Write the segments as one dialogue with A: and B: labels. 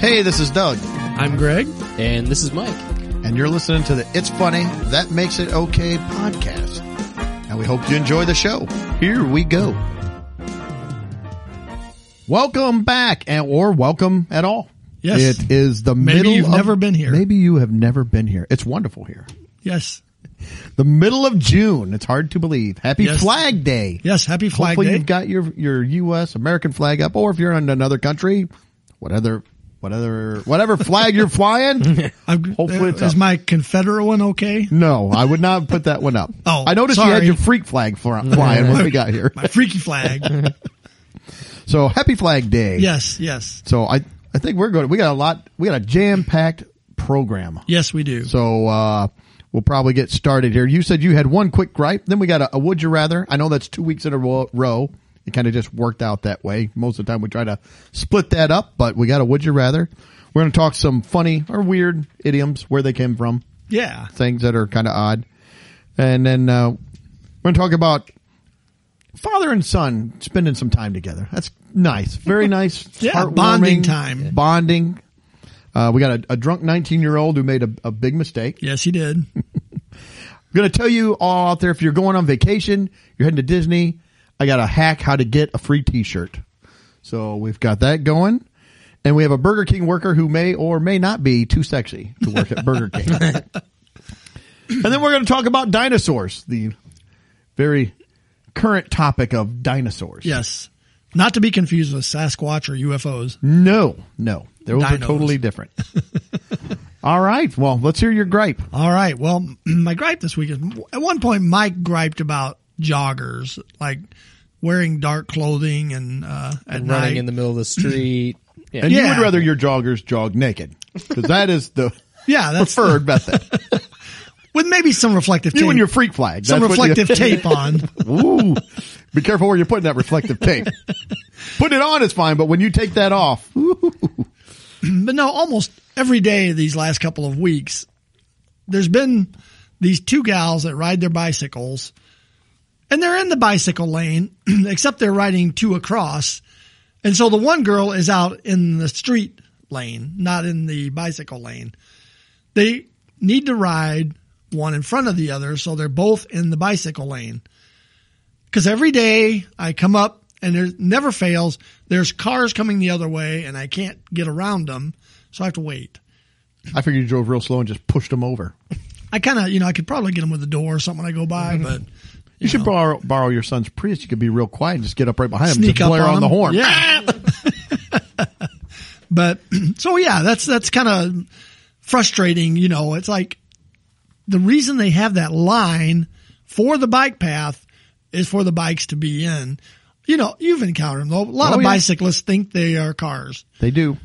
A: Hey, this is Doug,
B: I'm Greg.
C: And this is Mike.
A: and you're listening to the It's Funny, That Makes It Okay podcast. And we hope you enjoy the show. Here we go. Welcome back, and or welcome at all.
B: Yes.
A: It is the
B: Maybe
A: middle
B: you've
A: of-
B: never been here.
A: Maybe you have never been here. It's wonderful here.
B: Yes.
A: The middle of June. It's hard to believe. Happy
B: Yes.
A: Flag Day.
B: Yes. Happy Flag
A: Hopefully
B: Day.
A: you've got your your U.S. American flag up, or if you're in another country, what other what other whatever flag you're flying.
B: I'm, uh,
A: hopefully it's
B: is
A: up.
B: my Confederate one okay?
A: No, I would not put that one up.
B: Oh,
A: I noticed you had
B: sorry.
A: your freak flag fl- flying when we got here.
B: My freaky flag.
A: So happy Flag Day.
B: yes. Yes.
A: So I I think we're going. We got a lot. We got a jam packed program.
B: Yes, we do.
A: So uh, we'll probably get started here. You said you had one quick gripe. Then we got a, a would you rather. I know that's two weeks in a ro- row. It kind of just worked out that way. Most of the time we try to split that up, but we got a would you rather. We're going to talk some funny or weird idioms, where they came from,
B: yeah.
A: things that are kind of odd. And then uh, we're going to talk about father and son spending some time together. That's nice. Very nice.
B: Yeah,
A: heartwarming,
B: bonding time.
A: Bonding. Uh, we got a, a drunk 19 year old who made a, a big mistake.
B: Yes, he did.
A: I'm going to tell you all out there if you're going on vacation, you're heading to Disney, I got a hack how to get a free t shirt. So we've got that going. And we have a Burger King worker who may or may not be too sexy to work at Burger King. and then we're going to talk about dinosaurs, the very current topic of dinosaurs.
B: Yes. Not to be confused with Sasquatch or UFOs.
A: No, no. Those are
B: Dinos.
A: totally different. all right. Well, let's hear your gripe.
B: All right. Well, my gripe this week is at one point Mike griped about joggers, like wearing dark clothing and uh, at
C: Running
B: night.
C: in the middle of the street. Yeah.
A: And you
B: Yeah.
A: would rather your joggers jog naked because that is the
B: yeah, that's
A: preferred method.
B: with maybe some reflective
A: You
B: tape.
A: and your freak flag.
B: some
A: That's what you-
B: reflective tape on.
A: Ooh, be careful where you're putting that reflective tape. Putting it on is fine, but when you take that off, ooh,
B: but no, almost every day these last couple of weeks, there's been these two gals that ride their bicycles, and they're in the bicycle lane, except they're riding two across, and so the one girl is out in the street lane, not in the bicycle lane. They need to ride one in front of the other, so they're both in the bicycle lane. Because every day I come up and there never fails. There's cars coming the other way and I can't get around them, so I have to wait.
A: I figured you drove real slow and just pushed them over. You
B: I kind of, you know, I could probably get them with a door or something when I go by, but you
A: Mm-hmm. should
B: know,
A: borrow, borrow your son's Prius. You could be real quiet and just get up right behind him,
B: sneak
A: just
B: up
A: blare on, the
B: them.
A: horn.
B: Yeah. but so yeah, that's that's kind of frustrating. You know, it's like the reason they have that line for the bike path is for the bikes to be in. You know, you've encountered them though. A lot
A: Oh,
B: of
A: yeah.
B: bicyclists think they are cars.
A: they do.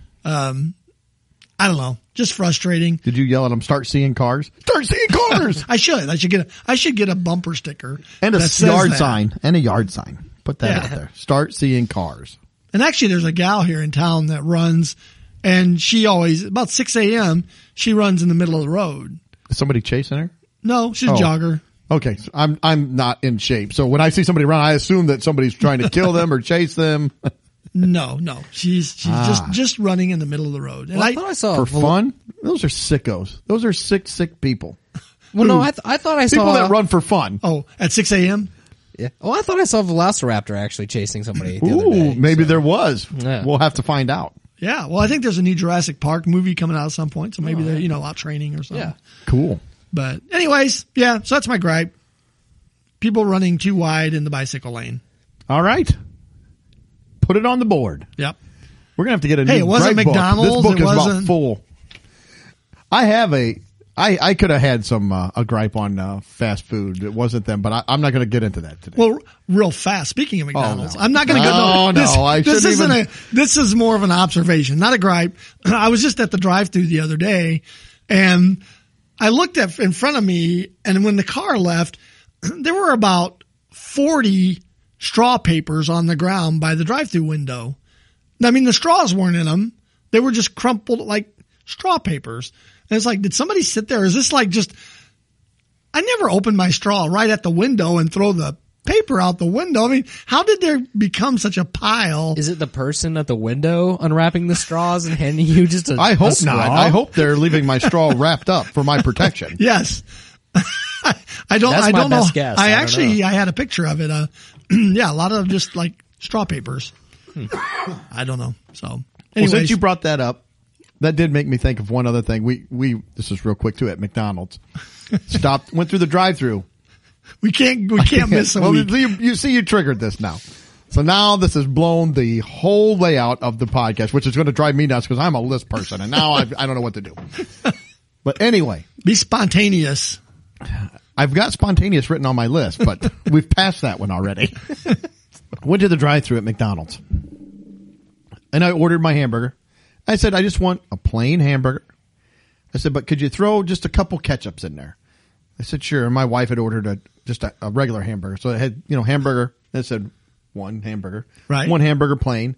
B: I don't know, just frustrating.
A: Did you yell at them? Start seeing cars. Start seeing cars.
B: I should. I should get. A, I should get a bumper sticker
A: and a
B: that says
A: yard
B: that.
A: sign. And a yard sign. Put that
B: Yeah.
A: out there. Start seeing cars.
B: And actually, there's a gal here in town that runs, and she always about six a.m. She runs in the middle of the road.
A: Is somebody chasing her?
B: No, she's
A: Oh.
B: a jogger.
A: Okay, so I'm I'm not in shape. So when I see somebody run, I assume that somebody's trying to kill them or chase them.
B: No, no, she's she's
A: Ah.
B: just just running in the middle of the road. And
C: I
B: I,
C: thought I saw
A: for
C: a vel-
A: fun? Those are sickos. Those are sick, sick people.
C: Well, no, I, th- I thought I
A: People
C: saw
A: that run for fun.
B: oh, at six a.m.
C: Yeah. Oh, I thought I saw a Velociraptor actually chasing somebody the other
A: Ooh,
C: day.
A: maybe there was.
C: Yeah.
A: We'll have to find out.
B: Yeah, well, I think there's a new Jurassic Park movie coming out at some point, so maybe
A: Oh,
B: they're you know out training or something.
C: Yeah.
A: Cool.
B: But anyways, yeah. So that's my gripe. People running too wide in the bicycle lane.
A: All right. Put it on the board.
B: Yep.
A: We're gonna have to get a
B: Hey,
A: new
B: it wasn't
A: Greg book.
B: McDonald's,
A: This book
B: it
A: is about
B: wasn't-
A: full. I have a. I I could have had some uh, a gripe on uh, fast food. It wasn't them, but I, I'm not gonna get into that today. Oh,
B: Well, real fast. Speaking of McDonald's,
A: no.
B: I'm not going to go.
A: No, no,
B: this,
A: I
B: this
A: shouldn't
B: isn't
A: even-
B: a. This is more of an observation, not a gripe. I was just at the drive-through the other day, and I looked at in front of me, and when the car left, there were about forty straw papers on the ground by the drive-through window. I mean, the straws weren't in them; they were just crumpled like straw papers. And it's like, did somebody sit there? Is this like just? I never open my straw right at the window and throw the paper out the window. I mean, how did there become such a pile?
C: Is it the person at the window unwrapping the straws and handing you just a?
A: I
C: a
A: hope
C: straw?
A: not. I hope they're leaving my straw wrapped up for my protection.
B: yes. I don't,
C: That's
B: I
C: my
B: don't know.
C: best guess. I
B: I
C: don't
B: actually, I had a picture of it. Uh, yeah, a lot of just like straw papers. I don't know. So,
A: Hmm. Well,
B: anyways,
A: since you brought that up, that did make me think of one other thing. We we this is real quick too at McDonald's. Stopped, went through the drive-through.
B: we can't, we can't miss a
A: well,
B: week.
A: You, you see, you triggered this now. So now this has blown the whole layout of the podcast, which is going to drive me nuts because I'm a list person, and now I've, I don't know what to do. But anyway,
B: Be spontaneous.
A: I've got spontaneous written on my list, but we've passed that one already. Went to the drive-through at McDonald's, and I ordered my hamburger. I said, I just want a plain hamburger. I said, but could you throw just a couple ketchups in there? I said, sure. And my wife had ordered a just a, a regular hamburger, so it had you know hamburger. And it said one hamburger,
B: Right.
A: One hamburger plain,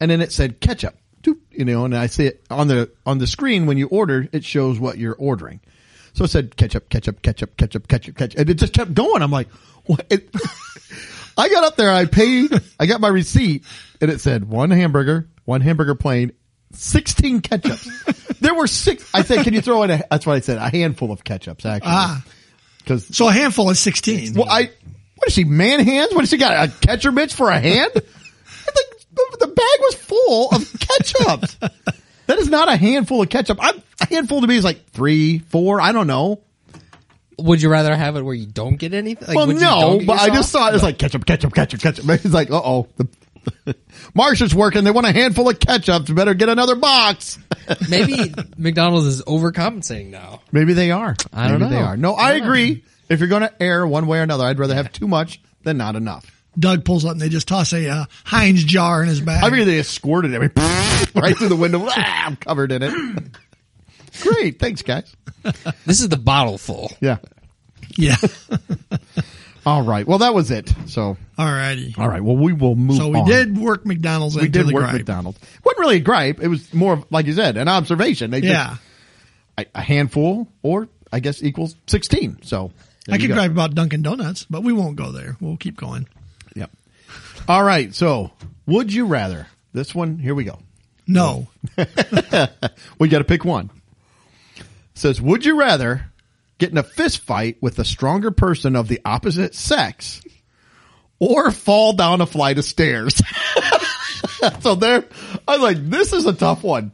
A: and then it said ketchup. Doop, You know, and I see it on the on the screen when you order, it shows what you're ordering. So it said ketchup, ketchup, ketchup, ketchup, ketchup, ketchup, and it just kept going. I'm like, what? It, I got up there, I paid, I got my receipt, and it said one hamburger, one hamburger plain, 16 ketchups. there were six. I said, can you throw in a, that's what I said, a handful of ketchups, actually.
B: Ah.
A: Cause,
B: So a handful is 16.
A: well, I, what is she, man hands? What has she got? A catcher bitch for a hand? the, the- the bag was full of ketchups. that is not a handful of ketchup. I'm, a handful to me is like three, four, I don't know.
C: Would you rather have it where you don't get anything? Like,
A: Well,
C: would you don't
A: no,
C: get
A: but
C: your
A: I
C: straw?
A: just saw it. It's like ketchup, ketchup, ketchup, ketchup. It's like, uh oh. Marsha's working. They want a handful of ketchup. Better get another box.
C: maybe McDonald's is overcompensating now.
A: Maybe they are.
C: I don't
A: Maybe
C: know.
A: They are. No, I
C: Yeah.
A: agree. If you're going to err one way or another, I'd rather have too much than not enough.
B: Doug pulls up and they just toss a uh, Heinz jar in his bag.
A: I mean, they just squirted it I mean, right through the window. Ah, I'm covered in it. Great. Thanks, guys.
C: This is the bottle full.
A: Yeah.
B: yeah.
A: All right. Well, that was it. So,
B: Alrighty.
A: all right. Well, we will move
B: So we
A: on.
B: did work McDonald's
A: We
B: into
A: did
B: the
A: work
B: gripe.
A: McDonald's. wasn't really a gripe. It was more of, like you said, an observation. They just-
B: Yeah.
A: a a handful or I guess equals 16. So there
B: I
A: you
B: could
A: go.
B: gripe about Dunkin' Donuts, but we won't go there. We'll keep going.
A: Yep. All right. So would you rather this one? Here we go.
B: No.
A: We got to pick one. says, would you rather get in a fist fight with a stronger person of the opposite sex or fall down a flight of stairs? so there, I was like, this is a tough one.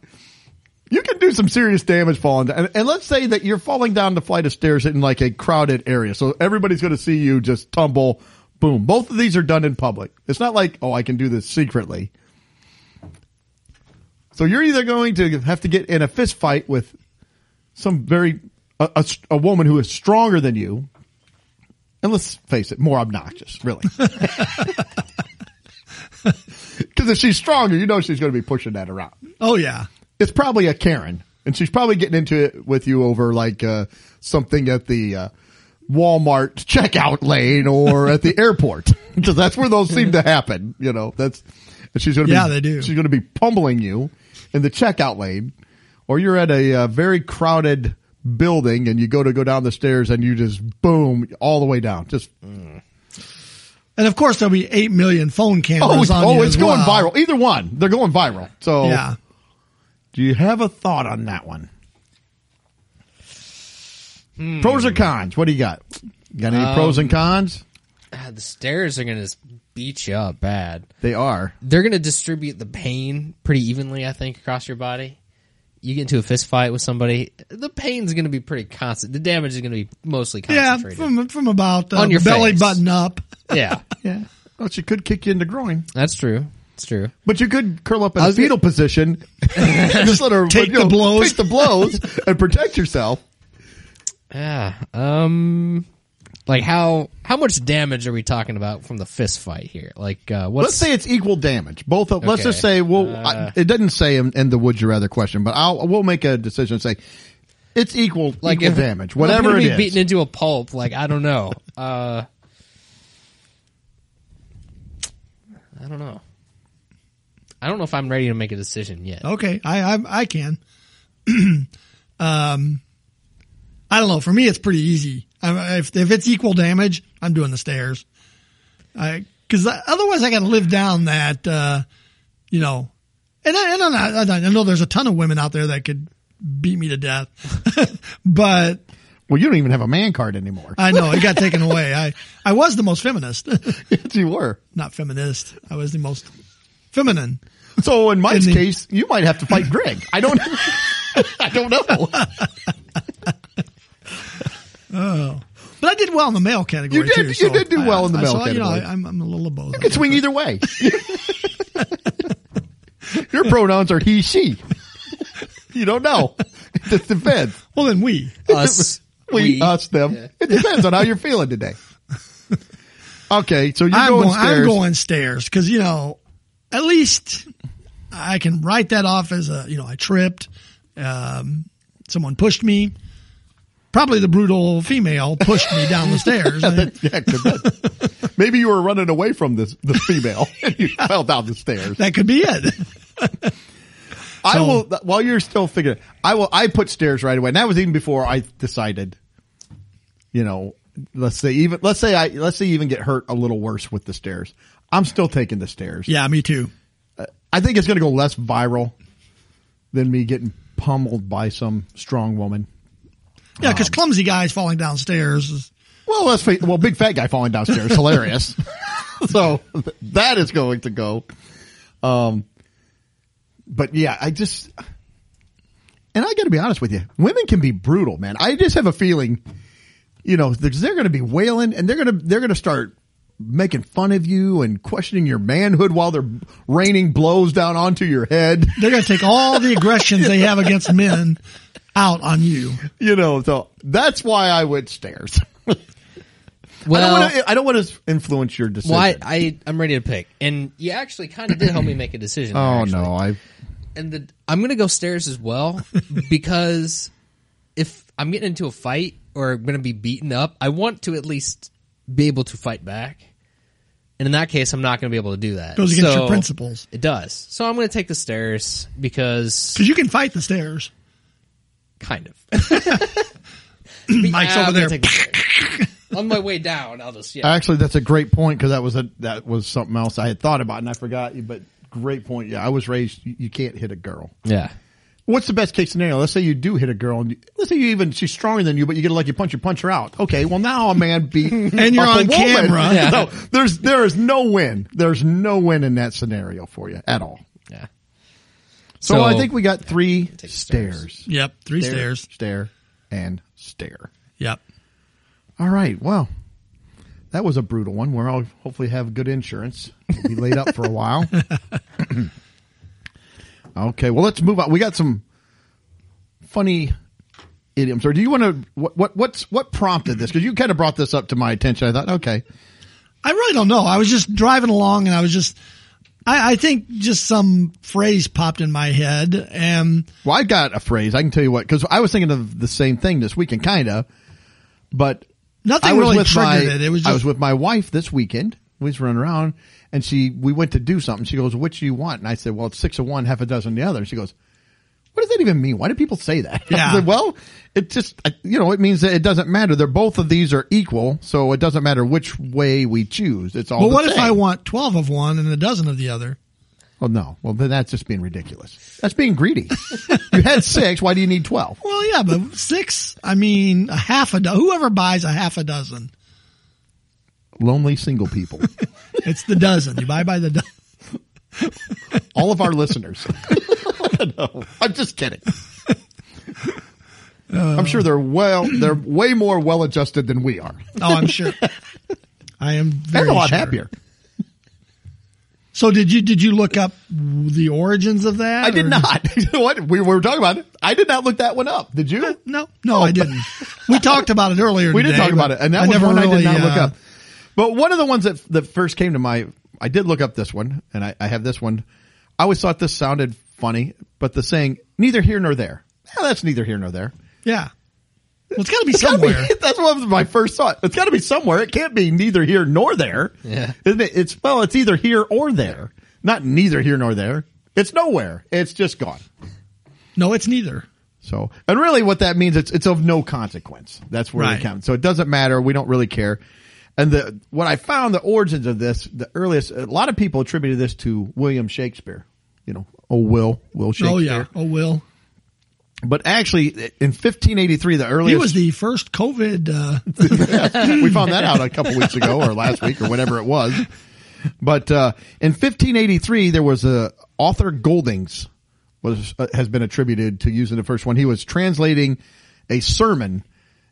A: You can do some serious damage falling down. And, and let's say that you're falling down the flight of stairs in like a crowded area. So everybody's going to see you just tumble. Boom. Both of these are done in public. It's not like, oh, I can do this secretly. So you're either going to have to get in a fist fight with some very a, a, a woman who is stronger than you, and let's face it, more obnoxious, really. Because if she's stronger, you know she's going to be pushing that around.
B: Oh yeah.
A: It's probably a Karen, and she's probably getting into it with you over like uh, something at the uh, Walmart checkout lane or at the airport, because that's where those seem to happen. You know, that's and she's going to
B: Yeah,
A: be,
B: they do.
A: She's going to be pummeling you in the checkout lane, or you're at a uh, very crowded building and you go to go down the stairs and you just boom all the way down. Just
B: And of course there'll be eight million phone
A: oh,
B: cameras on
A: oh
B: you
A: it's
B: as
A: going
B: well.
A: viral. Oh, Either one, they're going viral. So
B: Yeah.
A: Do you have a thought on that one? Pros or cons? What do you got? You got any pros and cons?
C: Ah, the stairs are gonna just beat you up bad.
A: They are.
C: They're gonna distribute the pain pretty evenly, I think, across your body. You get into a fist fight with somebody, the pain's gonna be pretty constant. The damage is gonna be mostly
B: Yeah.
C: concentrated.
B: From from about uh,
C: On your
B: belly
C: face.
B: button up.
C: Yeah,
A: Yeah. Well, she could kick you in the groin,
C: that's true. It's true.
A: but you could curl up in
C: I
A: a
C: was gonna-
A: fetal position, just let her
B: Take the blows.
A: take the blows, and protect yourself.
C: Yeah. Um. Like how how much damage are we talking about from the fist fight here? Like uh, what's
A: Let's say it's equal damage. Both of. Let's
C: Okay.
A: just say. Well, I, it doesn't say in, in the would you rather question, but I'll we'll make a decision. and Say it's equal
C: like
A: equal
C: if-
A: damage,
C: well, if I'm
A: whatever
C: gonna
A: it
C: be
A: is.
C: beaten into a pulp. Like I don't know. Uh, I don't know. I don't know if I'm ready to make a decision yet.
B: Okay, I I, I can. um, I don't know. For me, it's pretty easy. I, if if it's equal damage, I'm doing the stairs. because otherwise I got to live down that, uh, you know, and I, and I'm not, I'm not- I know there's a ton of women out there that could beat me to death, but
A: Well, you don't even have a man card anymore.
B: I know it got taken away. I, I was the most feminist,
A: yes, you were.
B: not feminist. I was the most feminine.
A: So in Mike's
B: And the-
A: case, you might have to fight Greg. I don't. I don't know.
B: But I did well in the male category.
A: You did-
B: too,
A: you
B: so
A: did do
B: I-
A: well in the
B: I
A: male
B: saw- You know,
A: category.
B: I, am I'm a little of both.
A: You can swing either way. Your pronouns are he, she. You don't know. It just depends.
B: Well, then we.
C: Us,
A: We,
C: we,
A: us, them.
C: Yeah.
A: It depends on how you're feeling today. Okay, so you're
B: I'm
A: going,
B: going,
A: stairs.
B: I'm going stairs because you know, at least I can write that off as a you know I tripped, um, someone pushed me. Probably the brutal female pushed me down the stairs.
A: Yeah, could be. Maybe you were running away from this this female and you fell down the stairs.
B: that could be it.
A: I
B: So-
A: will while you're still figuring. I will. I put stairs right away, and that was even before I decided. You know, let's say even let's say I let's say you even get hurt a little worse with the stairs. I'm still taking the stairs.
B: Yeah, me too.
A: I think it's going to go less viral than me getting pummeled by some strong woman.
B: Yeah, because clumsy guys falling downstairs. Is,
A: Well, let's face, well, big fat guy falling downstairs, hilarious. so th- that is going to go. Um, but yeah, I just, and I got to be honest with you, women can be brutal, man. I just have a feeling, you know, th- they're going to be wailing and they're going to they're going to start making fun of you and questioning your manhood while they're raining blows down onto your head.
B: they're going to take all the aggressions they have against men out on you.
A: you know, so that's why I went stairs.
C: well,
A: I don't want to influence your decision.
C: well, I, I, I'm ready to pick, and you actually kind of did help me make a decision. there,
A: oh
C: actually.
A: no, I
C: and the, I'm gonna go stairs as well because if I'm getting into a fight or I'm gonna be beaten up, I want to at least be able to fight back. And in that case, I'm not gonna be able to do that.
B: Goes against your
C: So-
B: principles.
C: It does. So I'm gonna take the stairs because
B: Because you can fight the stairs.
C: kind of.
B: Mike's
C: Yeah,
B: over
C: I'm gonna
B: there. Uh,
C: take the stairs. On my way down, I'll just yeah.
A: actually that's a great point because that was a that was something else I had thought about and I forgot. But great point. Yeah, I was raised. You, you can't hit a girl.
C: yeah.
A: What's the best case scenario? Let's say you do hit a girl, and you, let's say you even she's stronger than you, but you get a lucky punch, you punch her out. Okay, well now a man beat and
B: you're on camera. Yeah.
A: No, there's there is no win. There's no win in that scenario for you at all.
C: Yeah.
A: So, I think we got three
C: stairs.
A: stairs.
B: Yep, three stairs.
A: Stare and stare.
B: Yep.
A: All right. Well, that was a brutal one. Where I'll hopefully have good insurance. We'll be laid up for a while. okay. Well, let's move on. We got some funny idioms. Or do you want to? What, what what's what prompted this? Because you kind of brought this up to my attention. I thought, okay,
B: I really don't know. I was just driving along and I was just, I, I think just some phrase popped in my head and
A: Well, I got a phrase. I can tell you what, because I was thinking of the same thing this weekend, kind of, but
B: Nothing
A: I was
B: really
A: with
B: triggered
A: my,
B: it. It was
A: I
B: just-
A: was with my wife this weekend. We was running around, and she we went to do something. She goes, "Which do you want?" And I said, "Well, it's six of one, half a dozen of the other." And she goes, "What does that even mean? Why do people say that?" I
B: Yeah.
A: said, well, it just I- you know it means that it doesn't matter. They're both of these are equal, so it doesn't matter which way we choose. It's all.
B: But
A: the
B: what if
A: same.
B: I want 12 of one and a dozen of the other?
A: Well, no. Well, then that's just being ridiculous. That's being greedy. you had six. Why do you need twelve?
B: Well, yeah, but six, I mean, a half a dozen, whoever buys a half a dozen,
A: Lonely single people.
B: it's the dozen. You buy by the dozen.
A: all of our listeners. No, I'm just kidding.
B: Uh,
A: I'm sure they're well, they're way more well adjusted than we are.
B: Oh, I'm sure. I am
A: They're
B: very
A: a lot
B: sure.
A: happier.
B: So did you, did you look up the origins of that?
A: I did
B: or-
A: not. You know what? We were talking about it. I did not look that one up. Did you?
B: No, no, I didn't. We talked about it earlier.
A: Oh. We did
B: today,
A: talk about
B: but
A: it, and that
B: I
A: was
B: never
A: one I
B: really,
A: did not look
B: uh,
A: up. But one of the ones that that first came to my, I did look up this one, and I, I have this one. I always thought this sounded funny, but the saying "neither here nor there." Eh, that's neither here nor there.
B: Yeah. Well, it's got to be
A: It's gotta be-
B: somewhere.
A: that's what was my first thought. It's got to be somewhere. It can't be neither here nor there.
C: Yeah.
A: Isn't it? It's well, it's either here or there. Not neither here nor there. It's nowhere. It's just gone.
B: No, it's neither.
A: So, and really, what that means, it's it's of no consequence. That's where
B: Right.
A: it counts. So it doesn't matter. We don't really care. And the what I found the origins of this, the earliest, a lot of people attributed this to William Shakespeare. You know, oh Will, Will Shakespeare.
B: Oh yeah. Oh Will.
A: But actually, in 1583, the earliest
B: He was the first COVID. Uh,
A: we found that out a couple weeks ago or last week or whatever it was. But uh, in 1583, there was a author Goldings was uh, has been attributed to using the first one. He was translating a sermon,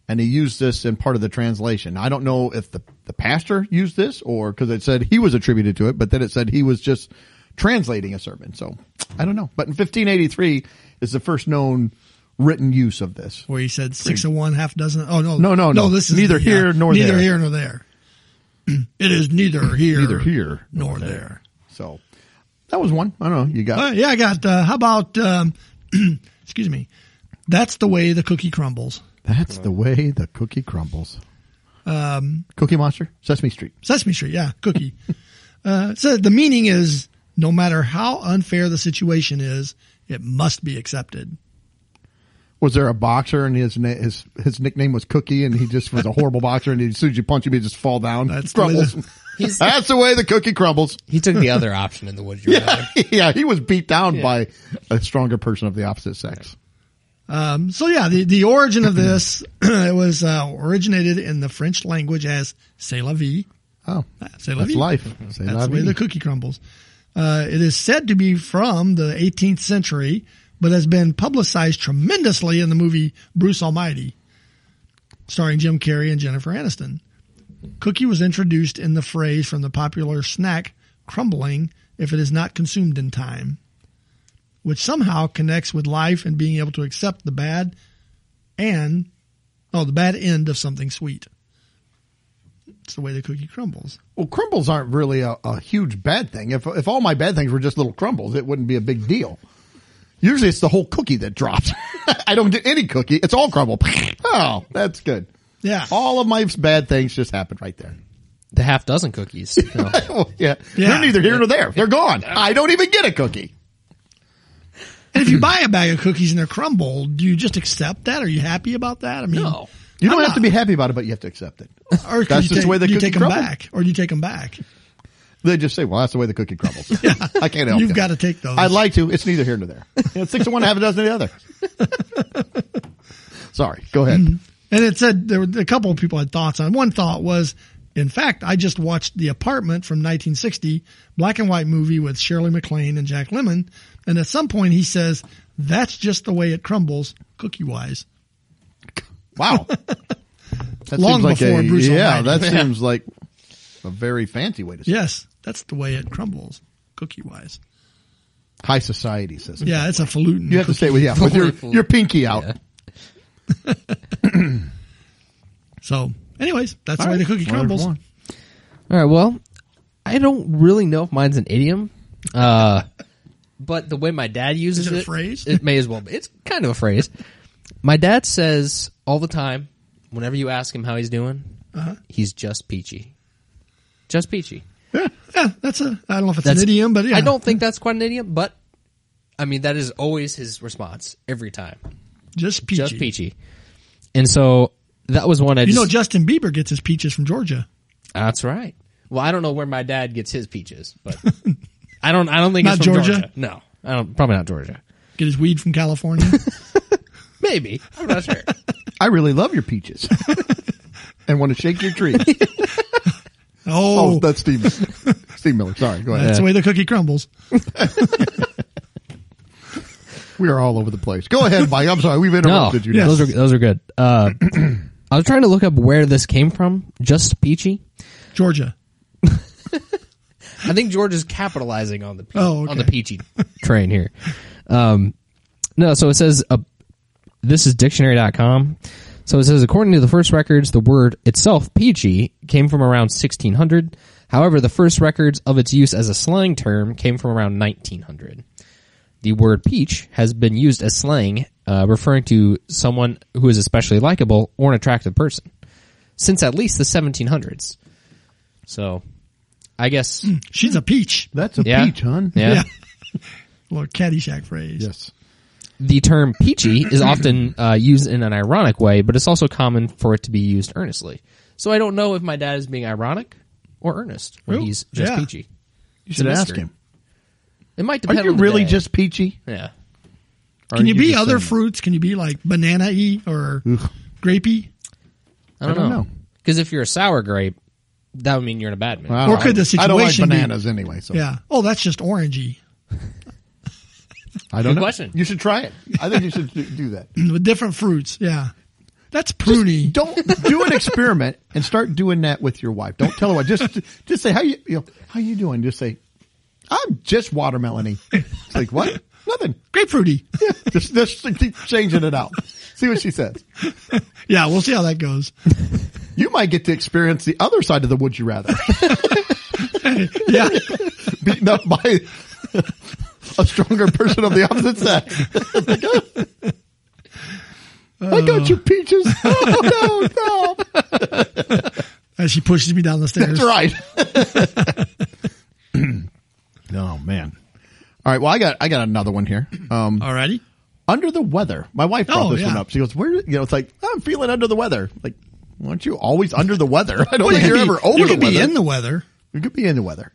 A: and he used this in part of the translation. I don't know if the the pastor used this or because it said he was attributed to it, but then it said he was just translating a sermon. So I don't know. But in 1583 is the first known written use of this.
B: where he said six of one, half dozen. Oh no,
A: No, no, no.
B: This is
A: Neither here nor
B: neither
A: there.
B: here nor there. It is neither here,
A: Neither here
B: nor there.
A: So that was one. I don't know. You got
B: Uh, yeah, I got. Uh, how about? Um, excuse me. That's the way the cookie crumbles.
A: That's the way the cookie crumbles. Um, cookie Monster, Sesame Street.
B: Sesame Street, yeah, cookie. uh, so the meaning is no matter how unfair the situation is, it must be accepted.
A: Was there a boxer and his na- his his nickname was Cookie, and he just was a horrible boxer, and as soon as you punch him, he just fall down.
B: That's the way
A: crumbles.
B: the-
C: He's-
A: That's the way the cookie crumbles.
C: He took the other option in the would you rather.
A: yeah, he was beat down by a stronger person of the opposite sex.
B: Um, so yeah, the, the origin of this it was uh, originated in the French language as "c'est la vie."
A: Oh,
B: C'est la
A: that's
B: vie.
A: life. C'est
B: That's
A: la
B: the way
A: vie.
B: the cookie crumbles. Uh, it is said to be from the 18th century, but has been publicized tremendously in the movie Bruce Almighty, starring Jim Carrey and Jennifer Aniston. Cookie was introduced in the phrase from the popular snack crumbling if it is not consumed in time, which somehow connects with life and being able to accept the bad and oh the bad end of something sweet. It's the way the cookie crumbles.
A: well, crumbles aren't really a, a huge bad thing. If if all my bad things were just little crumbles, it wouldn't be a big deal. Usually, it's the whole cookie that drops. I don't get any cookie; it's all crumble. oh, that's good.
B: Yeah.
A: All of my bad things just happened right there.
C: The half dozen cookies. No.
A: Oh, yeah.
B: Yeah.
A: They're neither here nor there. They're gone. I don't even get a cookie.
B: And if you buy a bag of cookies and they're crumbled, do you just accept that? Are you happy about that? I mean,
C: No.
A: You don't
B: I'm
A: have to
B: not.
A: be happy about it, but you have to accept it.
B: Or
A: That's
B: that's you
A: just
B: take,
A: the way the
B: you
A: cookie
B: take them
A: crumbles.
B: back, or you take them back.
A: They just say, well, that's the way the cookie crumbles. I can't help
B: You've
A: you.
B: got to take those.
A: I'd like to. It's neither here nor there. You know, six of one, half a dozen of the other. Sorry. Go ahead.
B: Mm-hmm. And it said there were a couple of people had thoughts on. One thought was, in fact, I just watched The Apartment from 1960, black and white movie with Shirley MacLaine and Jack Lemmon, and at some point he says, "That's just the way it crumbles, cookie wise."
A: Wow. That
B: Long before
A: a,
B: Bruce
A: Yeah,
B: Almighty.
A: that seems like a very fancy way to say it.
B: Yes, that's the way it crumbles, cookie wise.
A: High society says it.
B: Yeah, it's a falutin.
A: You have to say, well, yeah, with your,
C: Wonderful.
A: your pinky out.
B: So, anyways, that's
A: All
B: the way
A: right.
B: the cookie
A: Wonderful
B: crumbles.
A: one.
C: All right. Well, I don't really know if mine's an idiom, uh, but the way my dad uses
B: Is it a phrase?
C: it may as well. be. It's kind of a phrase. My dad says all the time, whenever you ask him how he's doing,
B: Uh-huh.
C: he's just peachy. Just peachy.
B: Yeah, that's a. I don't know if it's
C: That's-
B: an idiom, but yeah,
C: I don't think that's quite an idiom, but I mean that is always his response every time.
B: just peachy.
C: Just peachy. And so that was one I
B: You
C: just
B: know, Justin Bieber gets his peaches from Georgia.
C: That's right. Well, I don't know where my dad gets his peaches, but I don't. I don't think
B: Not
C: it's from Georgia.
B: Georgia?
C: No, I don't. Probably not Georgia.
B: Get his weed from California.
C: Maybe I'm not sure.
A: I really love your peaches and want to shake your tree.
B: Oh,
A: Oh, that's Steve. Steve Miller. Sorry. Go ahead.
B: that's the way the cookie crumbles.
A: We are all over the place. Go ahead, Mike. I'm sorry. We've
C: No,
A: interrupted you.
B: Yes.
A: now.
C: those are those are good. Uh, I was trying to look up where this came from. Just peachy.
B: Georgia.
C: I think George is capitalizing on the pe-
B: Oh, okay.
C: on the peachy train here. Um, no, so it says uh, this is dictionary.com. So it says according to the first records, the word itself peachy came from around 1600. However, the first records of its use as a slang term came from around 1900. The word peach has been used as slang, uh, referring to someone who is especially likable or an attractive person, since at least the 1700s. So, I guess
B: She's a peach.
A: That's a
C: Yeah.
A: peach, hon.
C: Yeah.
B: Little Caddyshack phrase.
A: Yes.
C: The term peachy is often uh, used in an ironic way, but it's also common for it to be used earnestly. So I don't know if my dad is being ironic or earnest when
B: Ooh,
C: he's just
B: yeah.
C: peachy.
A: You should ask
C: mystery.
A: him.
C: It might
A: Are
C: depend.
A: you
C: on the
A: really
C: day.
A: just peachy?
C: yeah?
A: Or
B: Can
A: are
B: you, be
A: just
B: other
A: saying-
B: fruits? Can you be like banana y or grapey?
C: I don't,
A: I don't
C: know.
A: know.
C: Because if you're a sour grape, that would mean you're in a bad mood.
A: I don't
B: Or could
A: know.
B: the
A: I don't like
B: situation be-
A: bananas anyway. So
B: Yeah. Oh, that's just orangey.
A: I don't
C: Good
A: know.
C: question.
A: You should try it. I think you should do- do that.
B: With different fruits. Yeah. That's pruny.
A: Don't do an experiment and start doing that with your wife. Don't tell her why. Just just say how you, you know, how you doing. Just say I'm just watermelony. It's like what? Nothing.
B: Grapefruity.
A: Just, just keep changing it out. See what she says.
B: yeah, we'll see how that goes.
A: You might get to experience the other side of the would you rather,
B: Yeah.
A: beaten up by a stronger person of the opposite sex. I got you peaches. Oh no, no.
B: As she pushes me down the stairs.
A: That's right. oh man. All right. Well, I got I got another one here. Um,
B: Alrighty.
A: under the weather. My wife brought
B: Oh,
A: this
B: yeah.
A: one up. She goes, "Where?" You know, it's like I'm feeling under the weather. Like, aren't you always under the weather? I don't
B: Well,
A: think
B: you could
A: you're
B: be-
A: ever over
B: you
A: the
B: could be
A: weather.
B: in the weather.
A: you could be in the weather.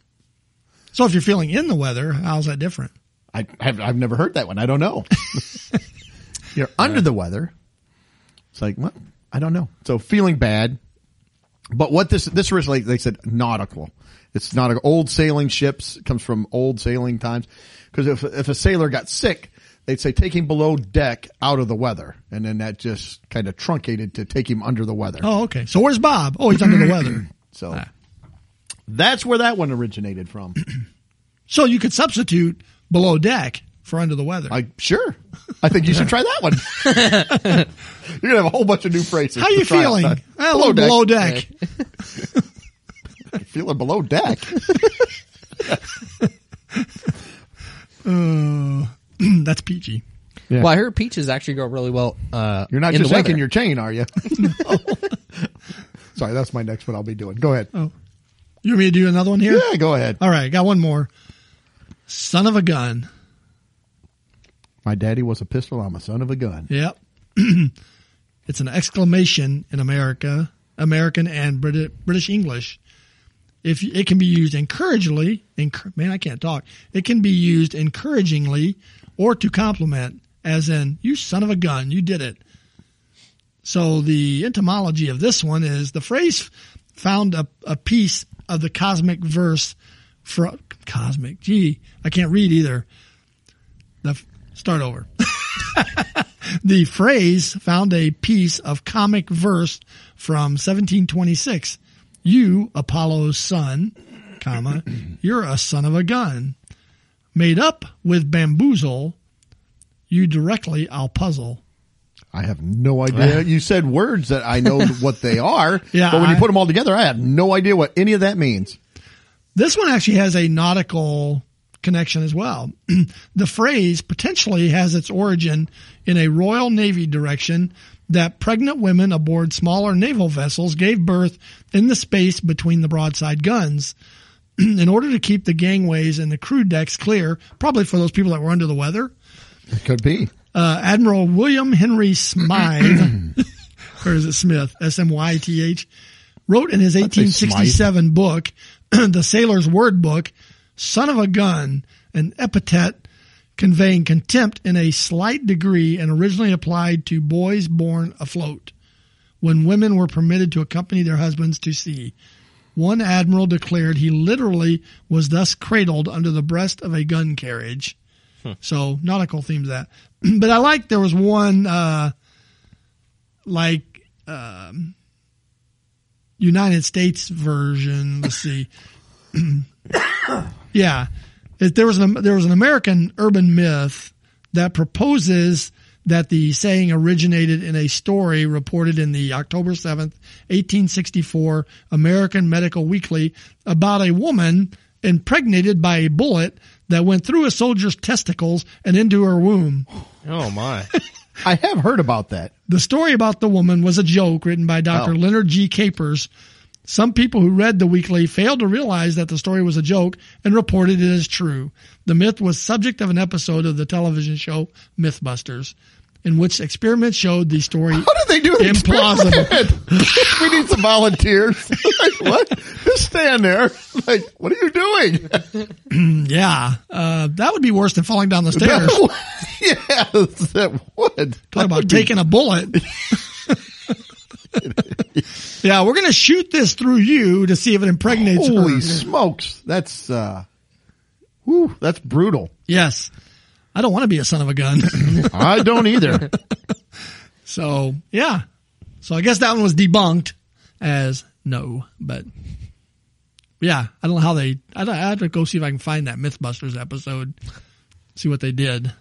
B: So if you're feeling in the weather, how's that different?
A: I have I've never heard that one. I don't know. You're under the weather. It's like, well, I don't know. So feeling bad. But what this this was like they said nautical. It's not old sailing ships comes from old sailing times because if if a sailor got sick, they'd say take him below deck out of the weather, and then that just kind of truncated to take him under the weather.
B: Oh, okay. So where's Bob? Oh, he's under the weather.
A: So that's where that one originated from.
B: So you could substitute below deck for under the weather.
A: I sure. I think you should try that one. You're gonna have a whole bunch of new phrases.
B: How
A: to
B: you
A: try out.
B: feeling?
A: Uh,
B: Ah, a little below deck.
A: Feeling below deck.
B: Uh, That's peachy.
A: Yeah.
C: Well, I heard peaches actually go really well. Uh,
A: You're not
C: in
A: just
C: the
A: shaking
C: weather.
A: your chain, are you? Sorry, that's my next one. I'll be doing. Go ahead.
B: Oh. You want me to do another one here?
A: Yeah, go ahead.
B: All right, got one more. Son of a gun.
A: My daddy was a pistol. I'm a son of a gun.
B: Yep. it's an exclamation in America, American and Brit- British English. If you- it can be used encouragingly, enc- man, I can't talk. It can be used encouragingly or to compliment, as in "You son of a gun, you did it." So the etymology of this one is the phrase found a, a piece of the cosmic verse from cosmic. Gee, I can't read either. The, f- start over. The phrase found a piece of comic verse from 1726. You, Apollo's son, comma, you're a son of a gun. Made up with bamboozle, you directly I'll puzzle.
A: I have no idea. you said words that I know what they are,
B: Yeah,
A: but when you
B: I-
A: put them all together, I have no idea what any of that means.
B: This one actually has a nautical connection as well. the phrase potentially has its origin in a Royal Navy direction that pregnant women aboard smaller naval vessels gave birth in the space between the broadside guns. in order to keep the gangways and the crew decks clear, probably for those people that were under the weather,
A: It could be.
B: uh, Admiral William Henry Smythe, or is it Smith? S M Y T H, wrote in his
A: say
B: 1867 book, The Sailor's Word Book, Son of a Gun, an epithet conveying contempt in a slight degree and originally applied to boys born afloat when women were permitted to accompany their husbands to sea. One admiral declared he literally was thus cradled under the breast of a gun carriage. So nautical themes that. but I like there was one uh like um United States version. Let's see. yeah. It- there was an there was an American urban myth that proposes that the saying originated in a story reported in the October 7th, 1864 American Medical Weekly about a woman impregnated by a bullet that went through a soldier's testicles and into her womb.
C: Oh my!
A: I have heard about that.
B: The story about the woman was a joke written by Dr.
A: Oh.
B: Leonard G. Capers. Some people who read the weekly failed to realize that the story was a joke and reported it as true. The myth was subject of an episode of the television show Mythbusters. in which experiments showed the story
A: How did they do the
B: implausible.
A: experiment? we need some volunteers. like, what? Just stand there. Like, what are you doing?
B: yeah, uh, that would be worse than falling down the stairs.
A: yes, that would.
B: Talk about taking a bullet. yeah, we're gonna shoot this through you to see if it impregnates.
A: Holy
B: her.
A: smokes. That's, uh, whew, that's brutal.
B: yes, I don't want to be a son of a gun.
A: I don't either.
B: so yeah, so I guess that one was debunked as no, but yeah, I don't know how they. I I have to go see if I can find that MythBusters episode, see what they did.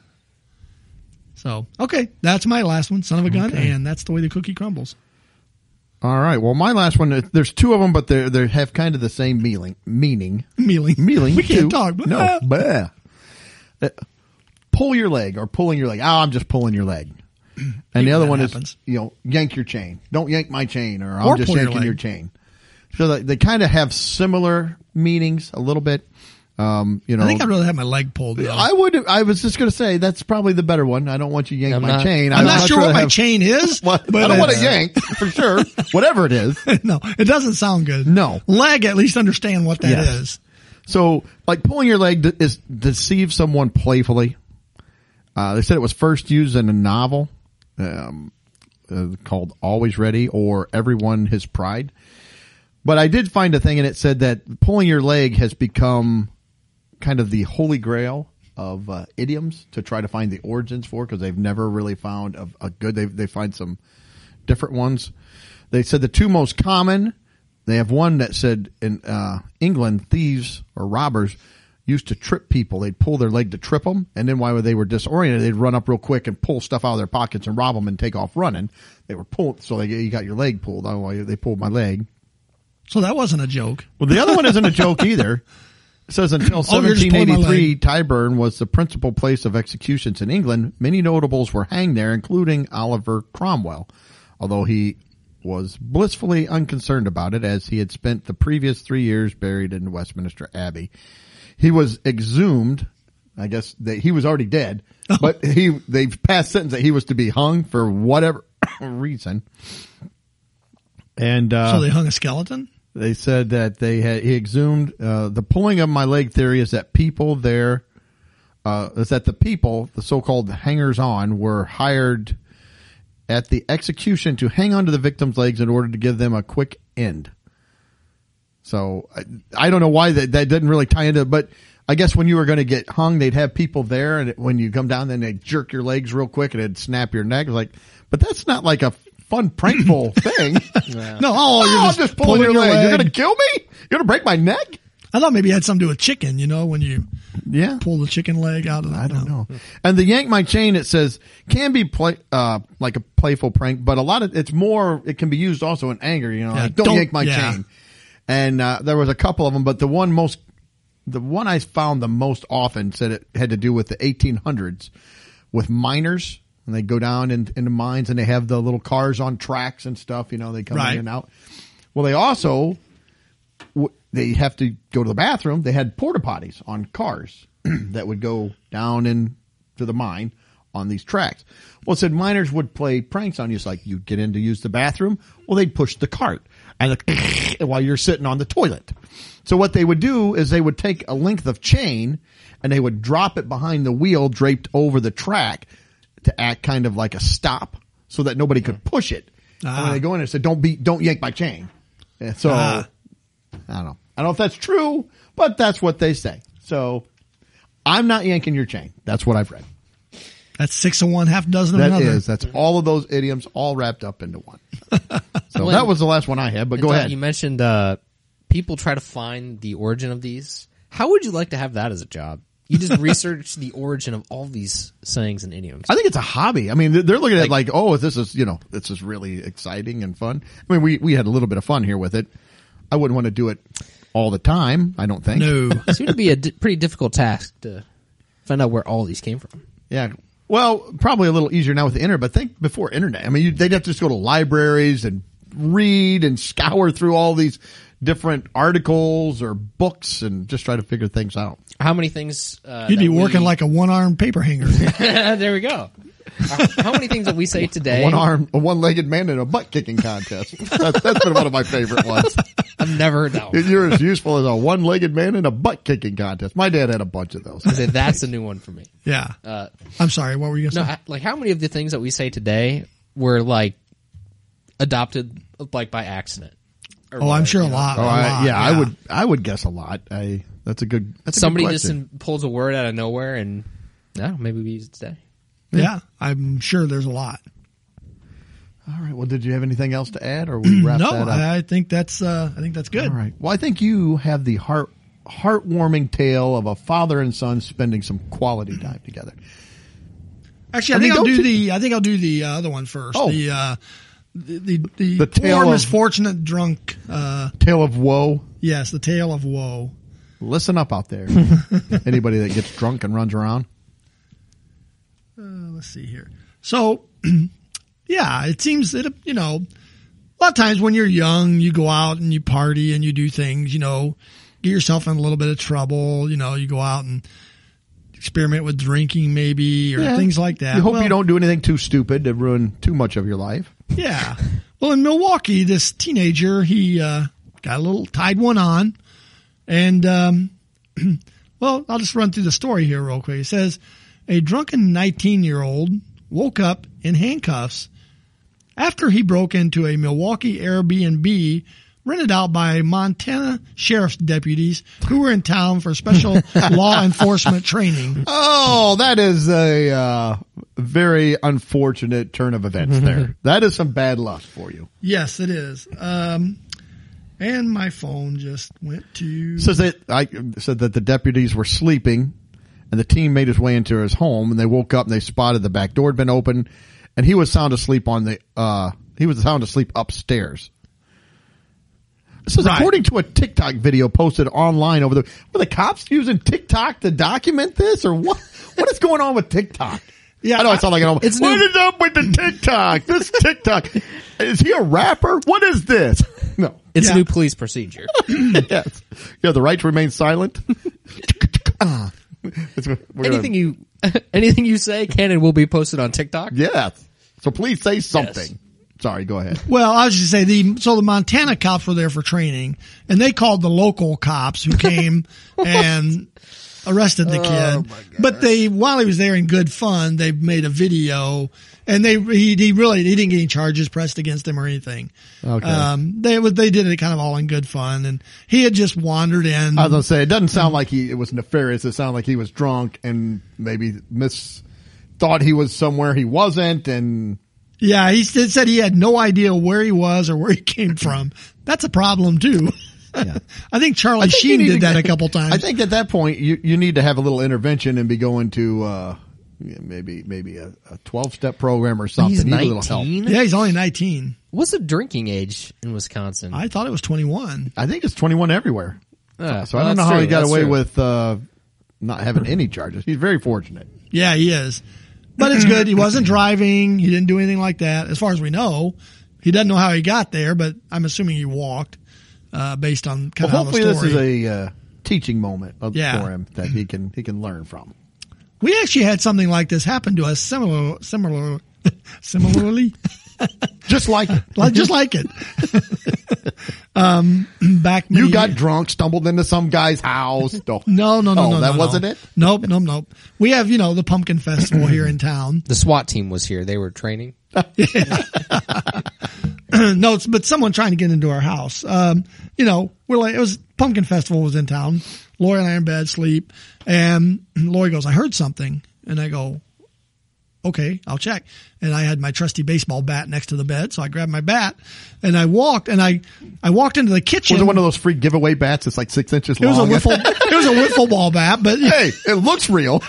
B: So okay, that's my last one, son of a gun, and that's the way the cookie crumbles.
A: All right. Well, my last one, there's two of them, but they they have kind of the same meaning. Meaning.
B: Mealing,
A: Mealing.
B: We
A: too.
B: can't talk.
A: No. Bleh. Uh, pull your leg or pulling your leg. Oh, I'm just pulling your leg. And the other
B: that
A: one
B: happens.
A: is, you know, yank your chain. Don't yank my chain or I'm
B: Or
A: just
B: pull your
A: yanking
B: leg.
A: your chain. So they, they kind of have similar meanings a little bit. Um, you know,
B: I think I'd rather have my leg pulled. Though.
A: I would. I was just going to say that's probably the better one. I don't want you yanking
C: I'm
A: my
C: not-
A: chain.
B: I'm not
A: I'd
B: sure what
A: rather
B: my
A: have-
B: chain is,
A: Well,
B: but
A: I don't want to
B: it's-
A: yank for sure. Whatever it is.
B: No, it doesn't sound good.
A: No.
B: leg. At least understand what that is.
A: Yes. So, like pulling your leg de- is deceive someone playfully. Uh, they said it was first used in a novel um, uh, called "Always Ready" or "Everyone His Pride." But I did find a thing, and it said that pulling your leg has become kind of the holy grail of uh, idioms to try to find the origins for because they've never really found a, a good. They they find some different ones. They said the two most common. They have one that said in uh, England, thieves or robbers used to trip people. They'd pull their leg to trip them, and then while they were disoriented, they'd run up real quick and pull stuff out of their pockets and rob them and take off running. They were pulled, so they you got your leg pulled. Oh, well, they pulled my leg.
B: So that wasn't a joke.
A: Well, the other one isn't a joke either. It says until
B: Oh, you're just pulling my
A: 1783, Tyburn was the principal place of executions in England. Many notables were hanged there, including Oliver Cromwell, although he was blissfully unconcerned about it as he had spent the previous three years buried in Westminster Abbey. He was exhumed. I guess that he was already dead,
B: Oh.
A: but he, they've passed sentence that he was to be hung for whatever reason. And, uh,
B: So they hung a skeleton.
A: they said that they had he exhumed uh, the pulling of my leg theory is that people there uh, is that the people the so-called hangers-on were hired at the execution to hang onto the victim's legs in order to give them a quick end. So I, I don't know why that that didn't really tie into, but I guess when you were going to get hung, they'd have people there, and when you come down, then they would jerk your legs real quick and it'd snap your neck. Like, but that's not like a fun prankful thing.
B: No, oh, you're
A: Oh,
B: just,
A: I'm just pulling, your leg. You're gonna kill me? You're gonna break my neck?
B: I thought maybe it had something to do with chicken. You know, when you
A: Yeah.
B: pull the chicken leg out of the.
A: I don't know. And the yank my chain it says can be play uh like a playful prank, but a lot of it's more it can be used also in anger, you know,
B: Yeah,
A: like don't,
B: don't-
A: yank my
B: yeah.
A: chain. And uh there was a couple of them, but the one most the one I found the most often said it had to do with the 1800s with miners and they go down in, into mines and they have the little cars on tracks and stuff, you know, they come
B: Right.
A: in and out. Well, they also w- they have to go to the bathroom. They had porta potties on cars that would go down into the mine on these tracks. Well, it said miners would play pranks on you. It's like you'd get in to use the bathroom. Well, they'd push the cart and the while you're sitting on the toilet. So what they would do is they would take a length of chain and they would drop it behind the wheel draped over the track to act kind of like a stop so that nobody could push it. And
B: Ah.
A: when they go in, they said, don't be, don't yank my chain. And so
B: Ah.
A: I don't know. I don't know if that's true, but that's what they say. So I'm not yanking your chain. That's what I've read.
B: That's six of one, half dozen of
A: That is.
B: another.
A: That's all of those idioms all wrapped up into one. So
C: Well,
A: that was the last one I had, but go
C: Tom,
A: ahead.
C: You mentioned uh, people try to find the origin of these. How would you like to have that as a job? You just research the origin of all these sayings and idioms.
A: I think it's a hobby. I mean, they're- they're looking at it like, oh, this is, you know, this is really exciting and fun. I mean, we, we had a little bit of fun here with it. I wouldn't want to do it all the time. I don't think.
B: No,
C: It seemed to be a di- pretty difficult task to find out where all these came from.
A: Yeah. Well, probably a little easier now with the internet, but think before internet. I mean, you, they'd have to just go to libraries and read and scour through all these different articles or books and just try to figure things out.
C: How many things? Uh,
B: you'd be
C: that we-
B: working like a one-armed paper hanger.
C: there we go. Uh, How many things did we say today?
A: One arm, a one legged man in a butt kicking contest. That's, that's been one of my favorite ones.
C: I've never known.
A: You're as useful as a one legged man in a butt kicking contest. My dad had a bunch of those.
C: I said, That's a new one for me.
B: Yeah.
C: Uh,
B: I'm sorry. What were you
C: no,
B: going to
C: I- like how many of the things that we say today were like adopted like by accident? Or
B: say? Oh, I'm
C: what,
B: sure a
C: you know?
B: lot.
A: Oh,
B: a
A: I,
B: lot,
A: yeah, I would, I would guess a lot. I, that's a good, that's a good
C: Somebody just
A: question.
C: in, pulls a word out of nowhere, and no, maybe we use it today.
B: Yeah, I'm sure there's a lot.
A: All right. Well, did you have anything else to add or we wrap
B: no,
A: that up?
B: I think that's uh, I think that's good.
A: All right. Well, I think you have the heart heartwarming tale of a father and son spending some quality time together.
B: Actually, I,
A: I mean,
B: think I'll
A: don't
B: do
A: you-
B: the I think I'll do the uh, other one first.
A: Oh.
B: The, uh, the the the,
A: The tale
B: poor
A: of-
B: misfortunate drunk. Uh,
A: Tale of woe.
B: yes, the tale of woe.
A: Listen up out there. Anybody that gets drunk and runs around.
B: Uh, let's see here. So, yeah, it seems that you know, a lot of times when you're young, you go out and you party and you do things. You know, get yourself in a little bit of trouble. You know, you go out and experiment with drinking, maybe or
A: Yeah.
B: things like that.
A: You hope
B: Well,
A: you don't do anything too stupid to ruin too much of your life.
B: Yeah. Well, in Milwaukee, this teenager he uh, got a little tied one on, and um, well, I'll just run through the story here real quick. It says a drunken 19-year-old woke up in handcuffs after he broke into a Milwaukee Airbnb rented out by Montana sheriff's deputies who were in town for special law enforcement training.
A: Oh, that is a uh, very unfortunate turn of events there. That is some bad luck for you.
B: Yes, it is. Um, and my phone just went to
A: says that I said that the deputies were sleeping, and the team made his way into his home, and they woke up and they spotted the back door had been open, and he was sound asleep on the uh he was sound asleep upstairs. This is
B: Right.
A: according to a TikTok video posted online over the were the cops using TikTok to document this or what? What is going on with TikTok?
B: Yeah,
A: I know I
B: I-
A: sound like an old.
C: it's
A: What
C: new-
A: is up with the TikTok? This TikTok is he a rapper? What is this? No,
C: It's
B: Yeah.
C: a new police procedure.
A: yes. You have the right to remain silent. Ah. It's- we're gonna-
C: anything you, anything you say can and will be posted on TikTok.
A: yes. So please say something. Sorry, go ahead.
B: Well, I was just say the so the Montana cops were there for training, and they called the local cops who came and arrested
A: Oh,
B: the kid. but they, while he was there in good fun, they made a video, and they he, he really he didn't get any charges pressed against him or anything.
A: Okay.
B: Um, they was they did it kind of all in good fun, and he had just wandered in.
A: I was gonna say it doesn't sound like he it was nefarious. It sounded like he was drunk and maybe miss thought he was somewhere he wasn't and
B: yeah, he s- said he had no idea where he was or where he came from. That's a problem too. I think Charlie
A: think
B: Sheen
A: you need
B: did
A: to-
B: that a couple times.
A: I think at that point you, you need to have a little intervention and be going to uh yeah, maybe maybe a twelve step program or something.
C: He's
A: You need a little help.
C: nineteen.
B: yeah, he's only nineteen.
C: What's the drinking age in Wisconsin?
B: I thought it was 21.
A: I think it's 21 everywhere.
C: Yeah.
A: Uh, so I
C: Well,
A: don't know
C: that's
A: how he
C: true.
A: got
C: That's
A: away
C: true.
A: with uh, not having any charges. He's very fortunate.
B: Yeah, he is. But it's good. He wasn't driving. He didn't do anything like that. As far as we know, he doesn't know how he got there, but I'm assuming he walked uh, based on kind
A: Well,
B: of
A: hopefully
B: how the
A: this
B: story.
A: is a uh, teaching moment of,
B: Yeah.
A: for him that he can he can learn from.
B: we actually had something like this happen to us similar, similar, similarly,
A: Just like
B: like, just like it. um, back
A: you
B: many-
A: got drunk, stumbled into some guy's house. No,
B: no, no, no,
A: Oh,
B: no,
A: that
B: no,
A: wasn't
B: no.
A: it.
B: Nope, nope, nope. We have you know the pumpkin festival here in town.
C: the SWAT team was here. They were training.
B: no, it's, but someone trying to get into our house. Um, you know, we're like, it was pumpkin festival was in town. Lori and I are in bed sleep and Lori goes, I heard something. And I go, okay, I'll check. And I had my trusty baseball bat next to the bed. So I grabbed my bat and I walked and I, I walked into the kitchen.
A: Was it one of those free giveaway bats? It's like six inches
B: it was a
A: long.
B: wiffle, it was a wiffle ball bat, but
A: hey, it looks real.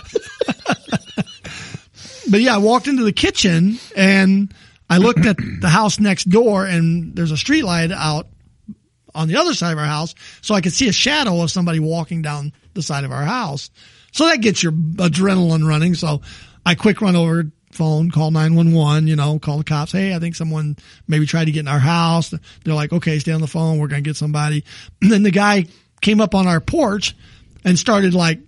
B: but yeah, I walked into the kitchen and I looked at the house next door and there's a street light out on the other side of our house. So I could see a shadow of somebody walking down the side of our house. So that gets your adrenaline running. So I quick run over phone, call 911, you know, call the cops. Hey, I think someone maybe tried to get in our house. They're like, okay, stay on the phone. We're going to get somebody. And then the guy came up on our porch and started like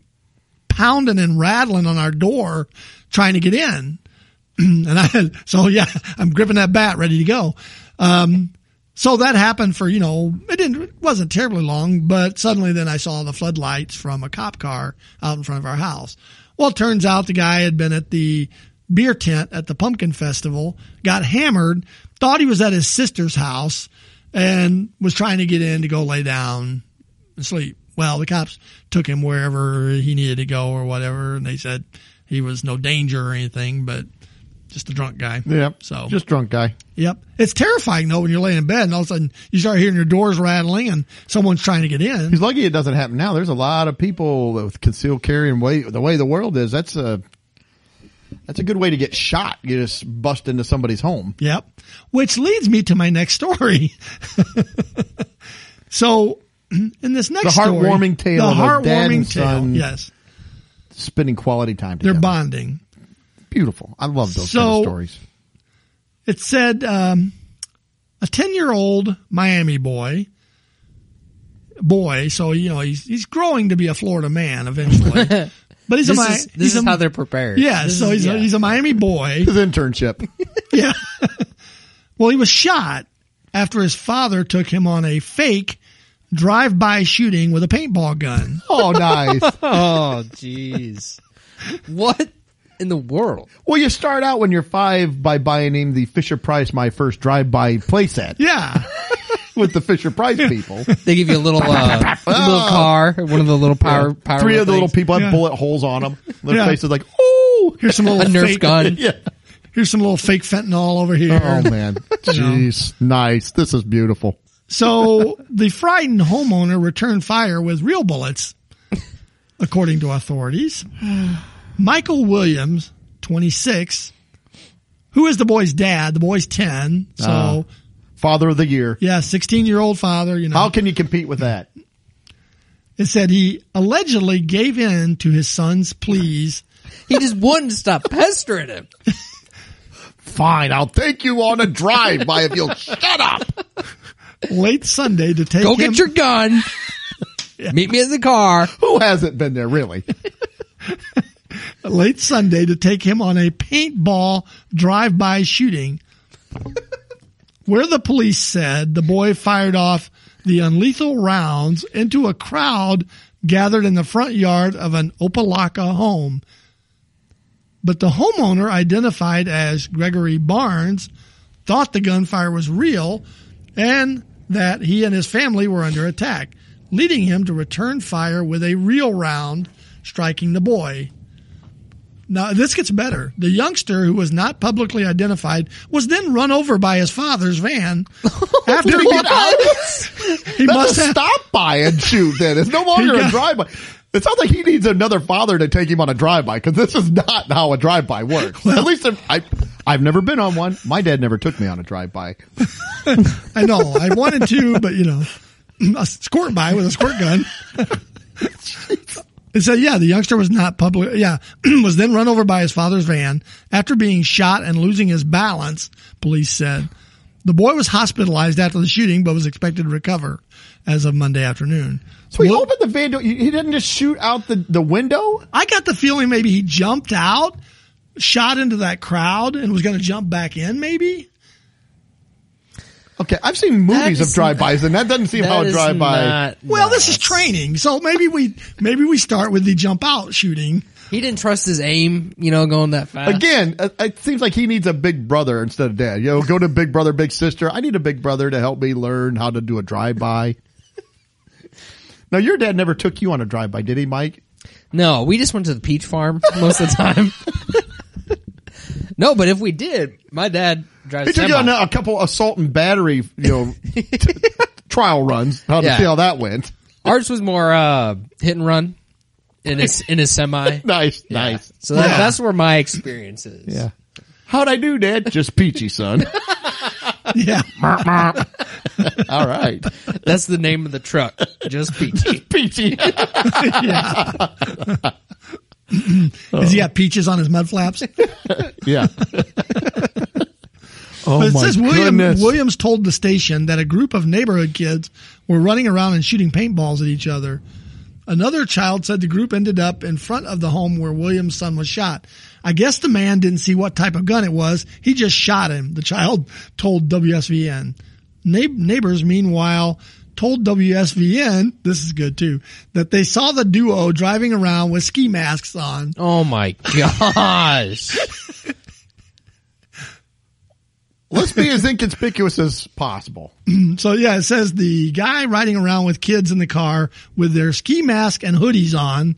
B: pounding and rattling on our door trying to get in. and I, so yeah, I'm gripping that bat ready to go. Um, so that happened for, you know, it didn't, it wasn't terribly long, but suddenly then I saw the floodlights from a cop car out in front of our house. Well, it turns out the guy had been at the beer tent at the pumpkin festival, got hammered, thought he was at his sister's house and was trying to get in to go lay down and sleep. Well, the cops took him wherever he needed to go or whatever. And they said he was no danger or anything, but just a drunk guy.
A: Yeah.
B: So
A: just drunk guy.
B: Yep. It's terrifying though when you're laying in bed and all of a sudden you start hearing your doors rattling and someone's trying to get in.
A: He's lucky it doesn't happen now. There's a lot of people with concealed carry and way the way the world is. That's a that's a good way to get shot. You just bust into somebody's home.
B: Yep. Which leads me to my next story. so in this next
A: The
B: story-
A: heartwarming tale
B: the
A: of a dad and
B: heartwarming tale.
A: son.
B: Yes.
A: Spending quality time
B: They're
A: together.
B: bonding.
A: Beautiful. I love those
B: So-
A: kind of stories.
B: It said um, a ten-year-old Miami boy, boy. So you know he's he's growing to be a Florida man eventually. but he's
C: This
B: a Mi-
C: is, this
B: he's
C: is
B: a,
C: how they're prepared.
B: yeah.
C: This
B: so
C: is-
B: he's
C: yeah.
B: a, he's a Miami boy.
A: His internship.
B: yeah. well, he was shot after his father took him on a fake drive-by shooting with a paintball gun.
A: oh, nice.
C: oh, jeez. what in the world?
A: Well, you start out when you're five by buying him the Fisher Price My First Drive By playset
B: Yeah.
A: with the Fisher Price people.
C: They give you a little uh, a little car, one of the little power power.
A: Three of the little
C: things,
A: people have
B: Yeah.
A: bullet holes on them. Their
B: Yeah.
A: face is like, oh,
B: Here's some
C: a
B: little
C: Nerf
B: fake,
C: gun.
A: yeah.
B: Here's some little fake fentanyl over here.
A: Oh man, jeez, nice. This is beautiful.
B: So the frightened homeowner returned fire with real bullets, according to authorities. Michael Williams, 26, who is the boy's dad. The boy's 10. So,
C: Uh-huh.
A: Ah. Father of the year.
B: yeah, 16 year old father, you know.
A: How can you compete with that?
B: It said he allegedly gave in to his son's pleas.
C: He just wouldn't stop pestering him.
A: Fine, I'll take you on a drive by if you'll shut up.
B: Late Sunday to take
C: Go
B: him,
C: get your gun. Meet me in the car.
A: Who hasn't been there really?
B: late Sunday to take him on a paintball drive-by shooting where the police said the boy fired off the unlethal rounds into a crowd gathered in the front yard of an Opalaka home. But the homeowner identified as Gregory Barnes thought the gunfire was real and that he and his family were under attack, leading him to return fire with a real round, striking the boy. Now, this gets better. The youngster, who was not publicly identified, was then run over by his father's van after
A: Did he get out?
B: he
A: That's
B: must
A: a
B: have.
A: stop by and shoot. Then it's no longer
B: He got-
A: a drive by. It sounds like he needs another father to take him on a drive by because this is not how a drive by works. At least if- I, I've never been on one. My dad never took me on a drive by.
B: I know. I wanted to, but you know, a squirt by with a squirt gun. It said, yeah, the youngster was not public. Yeah, was then run over by his father's van after being shot and losing his balance. Police said the boy was hospitalized after the shooting, but was expected to recover as of Monday afternoon.
A: So he opened the van door. He he didn't just shoot out the, the window.
B: I got the feeling maybe he jumped out, shot into that crowd, and was going to jump back in. Maybe
A: Okay, I've seen movies
C: is-
A: of drive bys, and that doesn't seem how a drive by.
B: Well, this is training, so maybe we maybe we start with the jump out shooting.
C: He didn't trust his aim, you know, going that fast.
A: Again, it- it seems like he needs a big brother instead of dad. You know, go to big brother, big sister. I need a big brother to help me learn how to do a drive by. now, your dad never took you on a drive by, did he, Mike?
C: No, we just went to the peach farm most of the time. no, but if we did, my dad drives.
A: He took you
C: semi.
A: on a, a couple assault and battery, you know, t- trial runs. How to
C: Yeah.
A: see how that went.
C: Ours was more uh, hit and run in his in his semi.
A: Nice,
C: Yeah.
A: nice.
C: So that,
B: Yeah.
C: that's where my experience is.
A: Yeah. How'd I do, Dad? Just peachy, son.
B: Yeah.
A: All right,
C: That's the name of the truck. Just peachy.
A: peachy.
B: Has he got peaches on his mud
A: Oh
B: flaps?
A: yeah. oh
B: But it
A: my
B: says William,
A: goodness.
B: Williams told the station that a group of neighborhood kids were running around and shooting paintballs at each other. Another child said the group ended up in front of the home where William's son was shot. I guess the man didn't see what type of gun it was. He just shot him, the child told WSVN. Neigh- neighbors, meanwhile, told WSVN, this is good too, that they saw the duo driving around with ski masks on.
C: Oh my gosh.
A: Let's be as inconspicuous as possible.
B: So yeah, it says the guy riding around with kids in the car with their ski mask and hoodies on,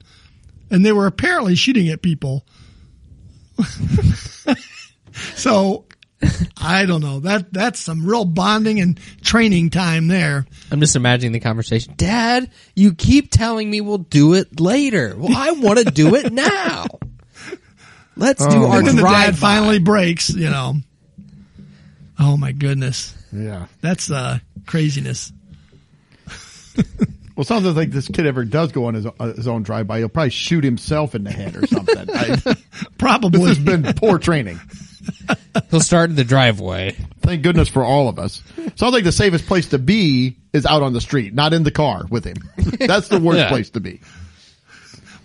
B: and they were apparently shooting at people. so I don't know. That that's some real bonding and training time there.
C: I'm just imagining the conversation. Dad, you keep telling me we'll do it later. Well, I want to do it now. Let's do our
B: And then Oh,
C: Oh,
B: the
C: drive.
B: dad finally breaks, you know. Oh my goodness.
A: Yeah.
B: That's uh craziness.
A: Well, something like this kid ever does go on his, uh, his own drive by, he'll probably shoot himself in the head or something. I,
B: Probably
A: this has been poor training.
C: He'll start in the driveway.
A: Thank goodness for all of us. So I think the safest place to be is out on the street, not in the car with him. That's the worst
C: Yeah.
A: place to be.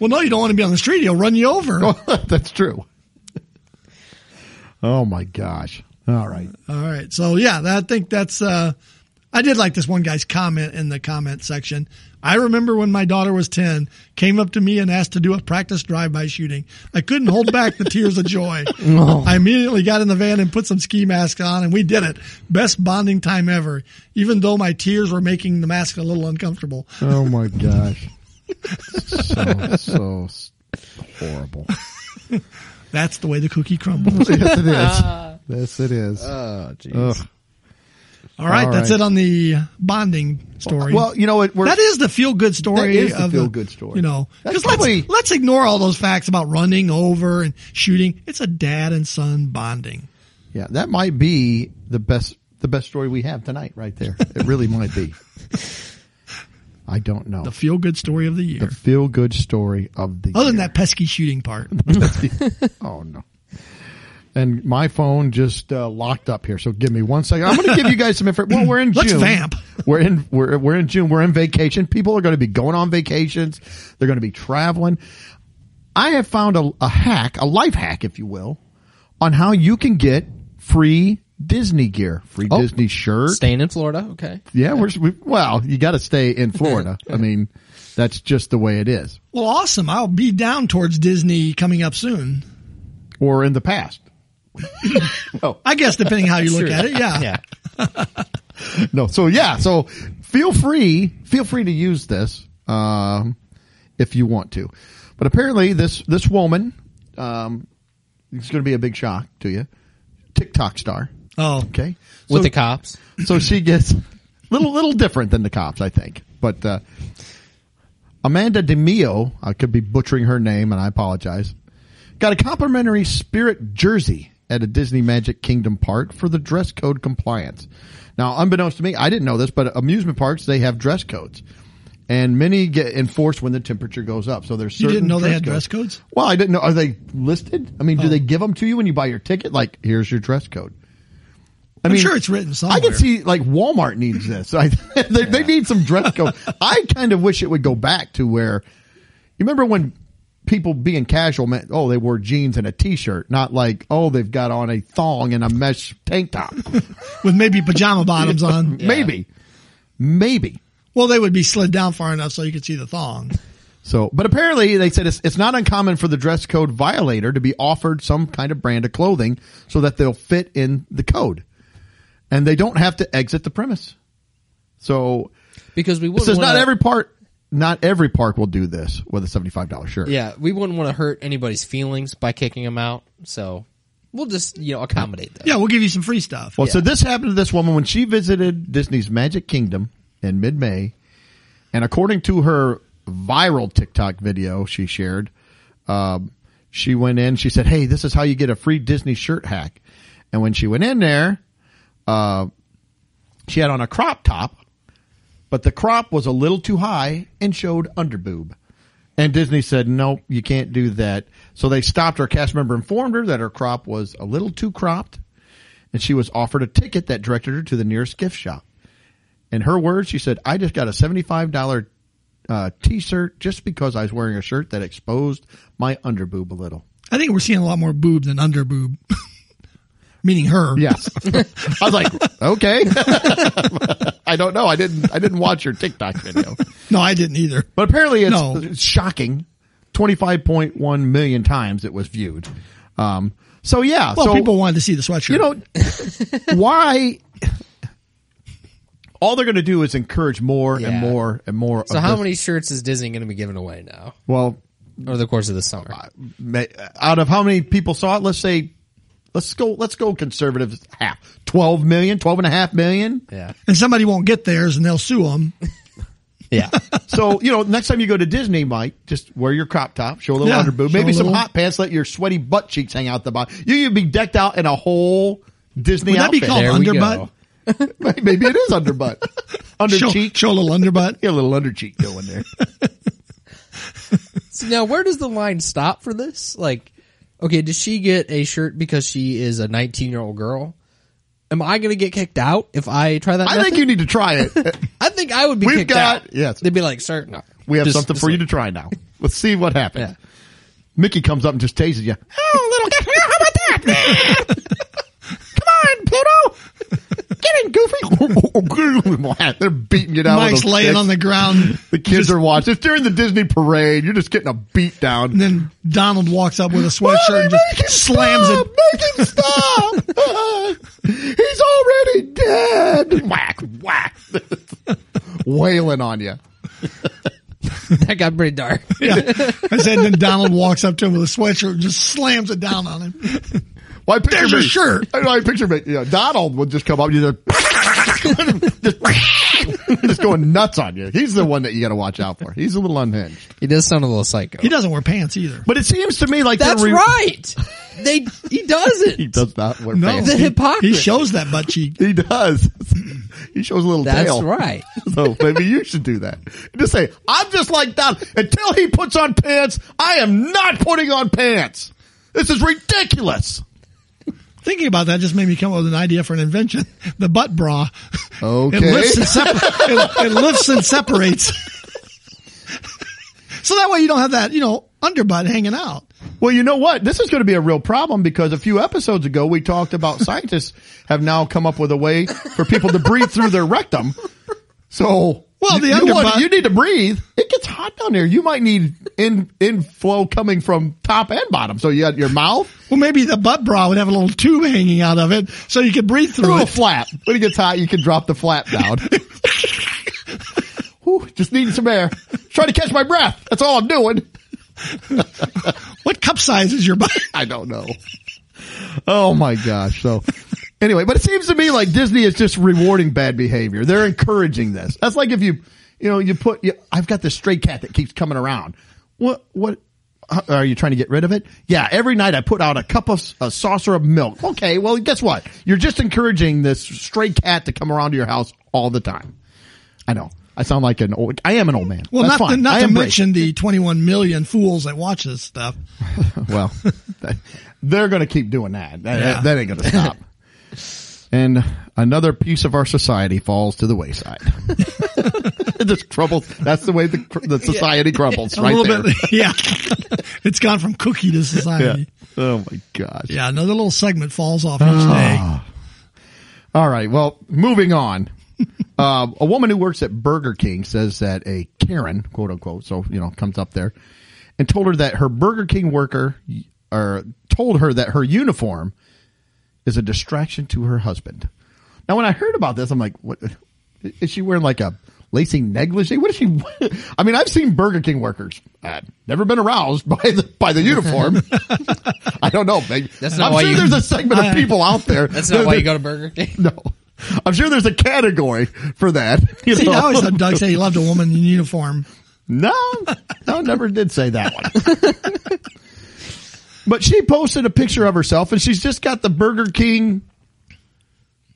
B: Well no, you don't want to be on the street, he'll run you over.
A: Oh,
B: All
A: That's true. Oh my gosh. All right.
B: right. So yeah, that, I think that's uh I did like this one guy's comment in the comment section. I remember when my daughter was 10, came up to me and asked to do a practice drive-by shooting. I couldn't hold back the tears of joy. I immediately got in the van and put some ski masks on and we did it. Best bonding time ever, even though my tears were making the mask a little uncomfortable.
A: Oh my gosh. So, so s- horrible.
B: That's the way the cookie crumbles.
A: Yes, it is. Yes, it is.
C: Oh,
A: Ugh.
B: All right,
A: All
B: that's
A: right.
B: it on the bonding story.
A: Well, you know what? We're,
B: that is the feel good story.
A: That is the
B: of
A: feel-good story.
B: You know,
A: That's
B: because let's,
A: probably-
B: let's ignore all those facts about running over and shooting. It's a dad and son bonding.
A: yeah, that might be the best the best story we have tonight, right there. It really might be. I don't know.
B: The feel good story of the year.
A: The feel good story of the
B: Other than
A: year.
B: that pesky shooting part.
A: oh no. And my phone just uh, locked up here, so give me one second. I'm going to give you guys some info. Well, we're in
B: Let's
A: June.
B: vamp.
A: We're in we're we're in June. We're in vacation. People are going to be going on vacations. They're going to be traveling. I have found a, a hack, a life hack, if you will, on how you can get free Disney gear, free
C: Oh.
A: Disney shirt.
C: Staying in Florida. Okay.
A: Yeah, we're we, well. You got to stay in Florida. I mean, that's just the way it is.
B: well, awesome. I'll be down towards Disney coming up soon.
A: Or in the past.
B: I guess depending how you look at it. Yeah.
C: Yeah.
A: no. So yeah. So feel free, feel free to use this um, if you want to. But apparently, this this woman, um, it's going to be a big shock to you. TikTok star.
B: Oh,
A: Okay.
C: With
A: So-
C: the cops.
A: so she gets a little little different than the cops, I think. But uh, Amanda DeMio, I could be butchering her name, and I apologize. Got a complimentary spirit jersey at a Disney Magic Kingdom park for the dress code compliance. Now, unbeknownst to me, I didn't know this, but amusement parks they have dress codes, and many get enforced when the temperature goes up. So there's
B: You didn't
A: certain
B: know they had dress codes?
A: Well, I didn't know. Are they listed? I mean,
B: Oh.
A: do they give them to you when you buy your ticket? Like, here's your dress code. I
B: I'm
A: mean,
B: sure it's written somewhere.
A: I can see like Walmart needs this. I, they, they need some dress code. I kind of wish it would go back to where you remember when people being casual meant oh they wore jeans and a t-shirt, not like oh they've got on a thong and a mesh tank top.
B: with maybe pajama bottoms on.
A: Maybe, maybe.
B: Well, they would be slid down far enough so you could see the thong.
A: So, but apparently they said it's, it's not uncommon for the dress code violator to be offered some kind of brand of clothing so that they'll fit in the code, and they don't have to exit the premise. So
C: Because we
A: It
C: wouldn't
A: says
C: wanna-
A: not every part, not every park will do this with a seventy-five dollar shirt.
C: Yeah, we wouldn't want to hurt anybody's feelings by kicking them out. So we'll just, you know, accommodate them.
B: Yeah, we'll give you some free stuff.
A: Well, so this happened to this woman when she visited Disney's Magic Kingdom in mid-May, and according to her viral TikTok video she shared, um, she went in. She said, "Hey, this is how you get a free Disney shirt hack." And when she went in there, uh, she had on a crop top, but the crop was a little too high and showed underboob. And Disney said, "Nope, you can't do that." So they stopped her. Cast member informed her that her crop was a little too cropped, and she was offered a ticket that directed her to the nearest gift shop. In her words, she said, "I just got a seventy-five dollar uh, t-shirt just because I was wearing a shirt that exposed my underboob a little.
B: I think we're seeing a lot more boob than under boob. Meaning her.
A: Yes, I was like, okay. I don't know. I didn't. I didn't watch your TikTok video,
B: No, I didn't either.
A: but apparently it's,
B: No.
A: it's shocking. Twenty-five point one million times it was viewed. Um. So yeah.
B: Well,
A: so
B: people wanted to see the sweatshirt.
A: you know why? All they're going to do is encourage more
C: Yeah.
A: and more and more.
C: So
A: of
C: how
A: this.
C: many shirts is Disney going to be giving away now
A: Well,
C: over the course of the summer?
A: ma- out of how many people saw it? Let's say, let's go, let's go conservative half, 12 million, 12 and a half million.
C: Yeah,
B: and somebody won't get theirs and they'll sue them.
C: yeah.
A: So, you know, next time you go to Disney, Mike, just wear your crop top, show a little
B: Yeah,
A: under boob,
B: show
A: maybe
B: a
A: some
B: little-
A: hot pants, let your sweaty butt cheeks hang out the bottom. You, you'd be decked out in a whole Disney
B: Would that be
A: outfit.
B: called
C: There we
B: underbutt?
C: go.
A: maybe it is under butt, under
B: Show,
A: cheek.
B: show a little underbutt.
A: Get a little under cheek going there.
C: So now, where does the line stop for this? Like, okay, does she get a shirt because she is a 19 year old girl? Am I going to get kicked out if I try that?
A: I think
C: method?
A: you need to try it.
C: I think I would be.
A: We've
C: kicked
A: got-
C: out.
A: yes.
C: They'd be like, "Sir, no,
A: We have
C: Just-
A: something
C: just
A: for you
C: like-
A: to try now. Let's see what happens.
C: Yeah.
A: Mickey comes up and just tases you. Oh, little how about that? Come on, Pluto. Get in, Goofy. They're beating you down. with
B: Mike's
A: those
B: laying
A: sticks.
B: on the ground.
A: The kids are watching. It's during the Disney parade. You're just getting a beat down.
B: And then Donald walks up with a
A: Mommy,
B: sweatshirt and
A: make him
B: just slams
A: stop!
B: it.
A: Make him stop! He's already dead. Whack, whack. Wailing on you.
C: that got pretty dark.
B: I said, then Donald walks up to him with a sweatshirt and just slams it down on him.
A: Why picture
B: There's
A: me.
B: your shirt.
A: I, know, I picture me. You know, Donald would just come up. You just, just, just going nuts on you. He's the one that you got to watch out for. He's a little unhinged.
C: He does sound a little psycho.
B: He doesn't wear pants either.
A: But it seems to me like
C: That's
A: they're re-
C: right. They he doesn't.
A: He does not wear
B: no,
A: pants.
C: The
B: he,
C: hypocrisy.
B: he shows that butt cheek.
A: He does. He shows a little
C: That's
A: tail.
C: right.
A: So maybe you should do that. Just say, "I'm just like Donald." Until he puts on pants, I am not putting on pants. This is ridiculous.
B: Thinking about that just made me come up with an idea for an invention: the butt bra.
A: Oh, Okay.
B: It lifts and, separ- it, it lifts and separates. so that way you don't have that, you know, underbutt hanging out.
A: Well, you know what? This is going to be a real problem because a few episodes ago we talked about scientists have now come up with a way for people to breathe through their rectum. So,
B: Well, the
A: you, you,
B: underbutt-
A: you need to breathe. It gets hot down there. You might need in inflow coming from top and bottom. So you got your mouth
B: Well, maybe the butt bra would have a little tube hanging out of it, so you could breathe through
A: through a
B: it.
A: flap. When it gets hot, you can drop the flap down. Whew, just needing some air. Trying to catch my breath. That's all I'm doing.
B: What cup size is your butt?
A: I don't know. Oh my gosh. So anyway, but it seems to me like Disney is just rewarding bad behavior. They're encouraging this. That's like if you, you know, you put, you, I've got this stray cat that keeps coming around. What, what, uh, are you trying to get rid of it? Yeah. Every night I put out a cup of, s- a saucer of milk. Okay. Well, guess what? You're just encouraging this stray cat to come around to your house all the time. I know. I sound like an old, I am an old man.
B: Well,
A: That's
B: not to,
A: fine. I
B: not to
A: am brave.
B: mention the 21 million fools that watch this stuff.
A: Well, that- they're going to keep doing that. That,
B: Yeah.
A: that ain't going to stop. and another piece of our society falls to the wayside. it just crumbles. That's the way the, cr- the society crumbles,
B: A
A: right there.
B: little bit, yeah. it's gone from cookie to society.
A: Yeah. Oh my gosh.
B: Yeah, another little segment falls off each
A: Ah.
B: day.
A: All right. Well, moving on. um, a woman who works at Burger King says that a Karen, quote unquote, so you know, comes up there and told her that her Burger King worker or told her that her uniform is a distraction to her husband. Now, when I heard about this, I'm like, what is she wearing? Like a lacy negligee? What is she? I mean, I've seen Burger King workers. I've never been aroused by the by the uniform. I don't know. Maybe,
C: That's not
A: I'm
C: why
A: sure
C: you-
A: there's a segment of people out there.
C: That's not why you go to Burger King.
A: No. I'm sure there's a category for that. you
B: See,
A: know?
B: I always thought Doug said he loved a woman in uniform.
A: no, no, never did say that one. but she posted a picture of herself and she's just got the Burger King,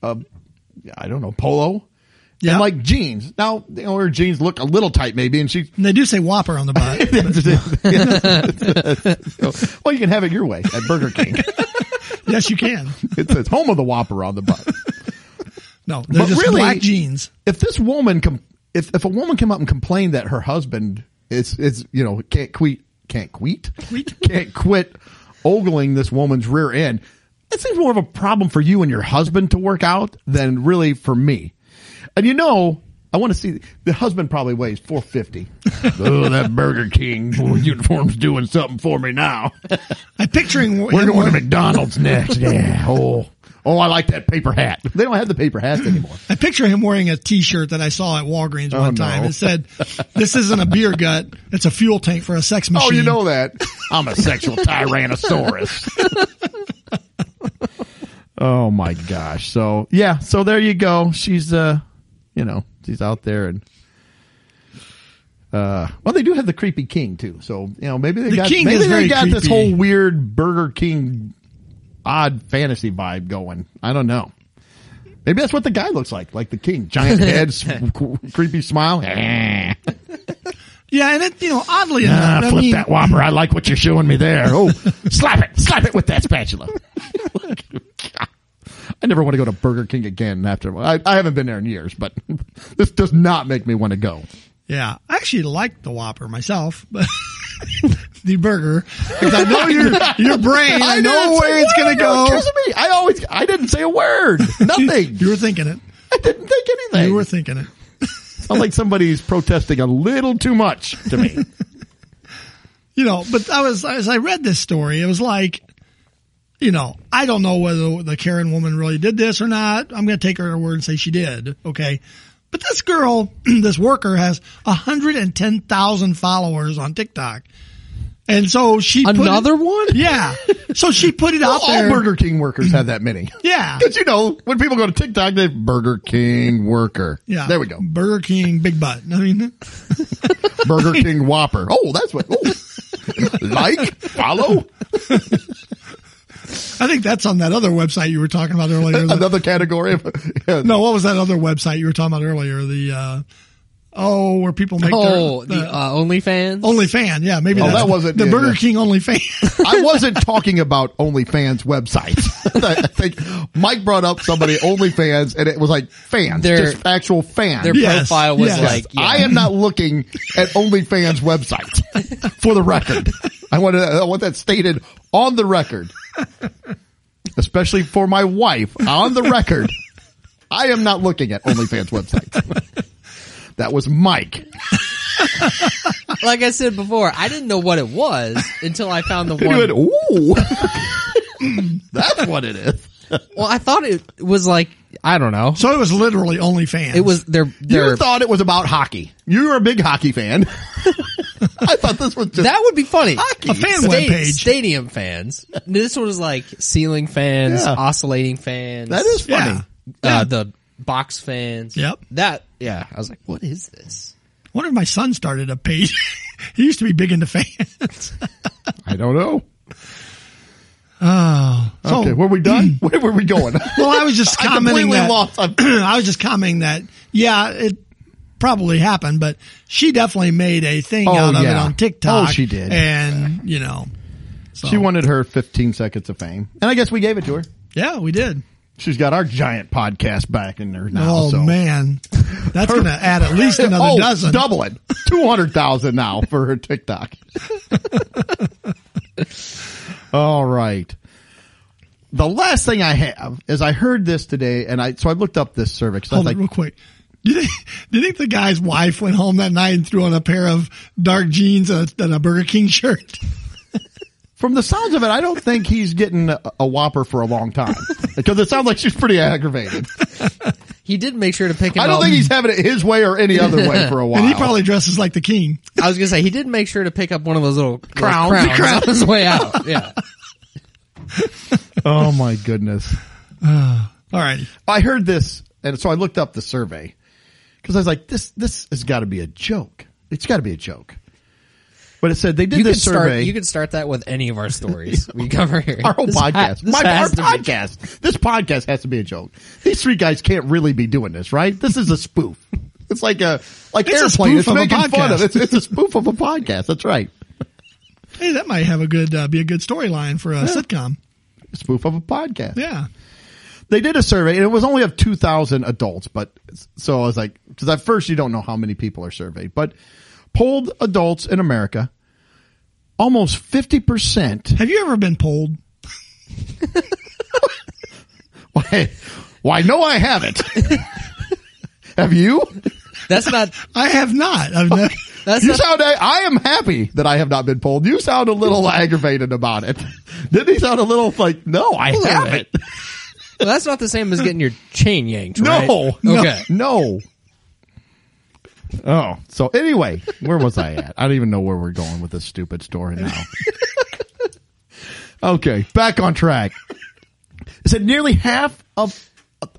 A: uh, I don't know, polo
B: Yeah,
A: and like jeans. Now, you know, her jeans look a little tight maybe and she,
B: And they do say Whopper on the butt.
A: well, you can have it your way at Burger King.
B: yes, you can.
A: it says home of the Whopper on the butt.
B: No, they're
A: But
B: just
A: really-
B: black jeans.
A: if this woman com- if if a woman came up and complained that her husband is is you know can't quit can't quit can't quit ogling this woman's rear end, it seems more of a problem for you and your husband to work out than really for me. And you know, I want to see the husband probably weighs four fifty. oh, that Burger King uniform's doing something for me now.
B: I'm picturing
A: We're going to McDonald's next. Yeah. Oh, oh, I like that paper hat. They don't have the paper hats anymore.
B: I picture him wearing a T-shirt that I saw at Walgreens one
A: Oh, no.
B: time. It said, "This isn't a beer gut; it's a fuel tank for a sex machine."
A: Oh, you know that. I'm a sexual tyrannosaurus. oh my gosh. So yeah, so there you go. She's uh you know, she's out there and uh well they do have the creepy king too. So, you know, maybe they
B: The
A: got
B: king
A: maybe
B: is
A: they
B: very
A: got this
B: creepy.
A: whole weird Burger King odd fantasy vibe going. I don't know. Maybe that's what the guy looks like, like the king. Giant head, s- creepy smile. Eh.
B: Yeah, and it you know oddly
A: Ah,
B: enough, I
A: flip
B: mean,
A: that whopper. I like what you're showing me there. Oh, slap it. Slap it with that spatula. I never want to go to Burger King again after. I, I haven't been there in years, but this does not make me want to go.
B: yeah, I actually like the Whopper myself, but the burger because I know your your brain. I, know
A: didn't say
B: where it's
A: a
B: going to
A: word. You're
B: go.
A: accusing me. I always, I didn't say a word. Nothing.
B: You were thinking it.
A: I didn't think anything.
B: You were thinking it.
A: Sounds like somebody's protesting a little too much to me.
B: you know, but I was as I read this story, it was like, you know, I don't know whether the Karen woman really did this or not. I'm going to take her at her word and say she did. Okay, but this girl, this worker, has 110,000 followers on TikTok, and so she put it-
C: Another one?
B: yeah. So she put it out
A: All
B: there.
A: Burger King workers have that many.
B: Yeah.
A: Because you know, when people go to TikTok, they Burger King worker.
B: Yeah.
A: There we go.
B: Burger King, big butt. I mean,
A: Burger King Whopper. Oh, that's what. Oh. like, follow
B: I think that's on that other website you were talking about earlier. the-
A: another category of yeah.
B: no, what was that other website you were talking about earlier? The, uh, oh, where people make
C: Oh,
B: their,
C: the uh, OnlyFans.
B: Only fan, yeah, maybe.
A: Oh,
B: that's-
A: that wasn't-
B: the
A: yeah,
B: Burger
A: yeah.
B: King Only fan.
A: I wasn't talking about OnlyFans websites. I think Mike brought up somebody OnlyFans, and it was like fans,
C: They're-
A: just actual fans.
C: Their
B: Yes,
C: profile was
B: yes.
C: like, yeah.
A: I am not looking at OnlyFans website. For the record, I want to, I want that stated on the record, especially for my wife on the record. I am not looking at OnlyFans websites. That was Mike.
C: like I said before, I didn't know what it was until I found the
A: You
C: one.
A: went, ooh, that's what it is.
C: Well, I thought it was like I don't know.
B: so it was literally Only fan.
C: It was their
A: You
C: their
A: thought it was about hockey. You were a big hockey fan. I thought this was just
C: that would be funny.
B: a fan
C: Sta-
B: webpage.
C: stadium fans. This one was like ceiling fans,
A: Yeah.
C: oscillating fans.
A: that is funny.
B: Yeah.
C: uh, the box fans.
B: Yep.
C: That yeah. I was like, what is this?
B: I wonder if my son started a page. he used to be big into fans.
A: I don't know.
B: Oh, so,
A: Okay, were we done? Where were we going?
B: well, I was just
A: I
B: commenting
A: completely
B: that.
A: lost. I'm-
B: I was just commenting that. Yeah, it probably happened, but she definitely made a thing
A: Oh,
B: out of it
A: yeah.
B: on TikTok.
A: Oh, she did.
B: and you know, so,
A: She wanted her 15 seconds of fame, and I guess we gave it to her.
B: Yeah, we did.
A: She's got our giant podcast back in there now.
B: Oh
A: so.
B: man, that's going to add at least another
A: oh,
B: dozen.
A: double it, two hundred thousand now for her TikTok. All right. The last thing I have is I heard this today, and I so I looked up this survey because I was
B: Hold
A: like,
B: on, real quick. Do you, think, do you think the guy's wife went home that night and threw on a pair of dark jeans and a, and a Burger King shirt?
A: from the sounds of it, I don't think he's getting a, a Whopper for a long time because it sounds like she's pretty aggravated.
C: He did make sure to pick him
A: I don't
C: up.
A: think he's having it his way or any other way for a while.
B: And he probably dresses like the king.
C: I was gonna say he did make sure to pick up one of those little little
A: Crowns.
C: crowns,
A: Crowns.
C: on his way out. Yeah.
A: oh my goodness.
B: All right.
A: I heard this, and so I looked up the survey because I was like, "This this has got to be a joke. It's got to be a joke." But it said they did
C: You can
A: this
C: start.
A: survey.
C: You can start that with any of our stories we cover here.
A: our whole
C: This ha-
A: podcast,
C: this
A: my our
C: has to be-
A: podcast, this podcast has to be a joke. These three guys can't really be doing this, right? This is a spoof. It's like a like
B: It's a
A: airplane.
B: spoof
A: it's
B: of a
A: making fun of
B: podcast.
A: it's, it's a spoof of a podcast. That's right,
B: Hey, that might have a good uh, be a good storyline for a sitcom.
A: spoof of a podcast.
B: Yeah.
A: They did a survey, and it was only of two thousand adults. But so I was like, because at first you don't know how many people are surveyed, but polled adults in America, almost fifty percent.
B: Have you ever been polled?
A: Why? Why? No, I haven't. Have you?
C: That's not.
B: I have not. I've never.
C: That's
A: you
C: not.
A: sound. I am happy that I have not been polled. You sound a little aggravated about it. Didn't he sound a little like, no, I haven't.
C: well, that's not the same as getting your chain yanked.
A: No,
C: right?
A: no,
C: Okay.
A: no. Oh, so anyway, where was I at? I don't even know where we're going with this stupid story now. okay, back on track. It said nearly half of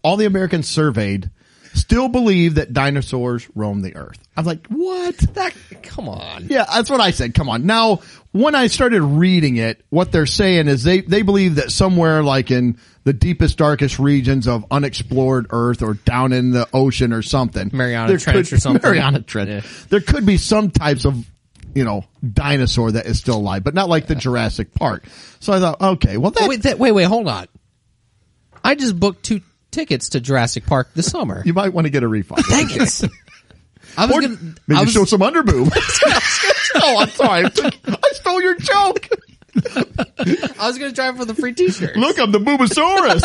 A: all the Americans surveyed still believe that dinosaurs roam the earth. I'm like, what?
C: That. Come on.
A: Yeah, that's what I said. Come on. Now, when I started reading it, what they're saying is they, they believe that somewhere like in the deepest, darkest regions of unexplored Earth or down in the ocean or something.
C: Mariana
A: there
C: Trench
A: could-
C: or something.
A: Mariana Trench.
C: Yeah.
A: There could be some types of, you know, dinosaur that is still alive, but not like the Jurassic Park. So I thought, okay, well that,
C: Oh, Wait, that, wait, wait, hold on. I just booked two tickets to Jurassic Park this summer.
A: you might want to get a refund.
C: Dang it. I was
A: Or
C: gonna,
A: maybe
C: I was,
A: show some underboob. oh, I'm sorry. I stole your joke.
C: I was gonna try for the free T-shirt.
A: Look, I'm the Boobasaurus.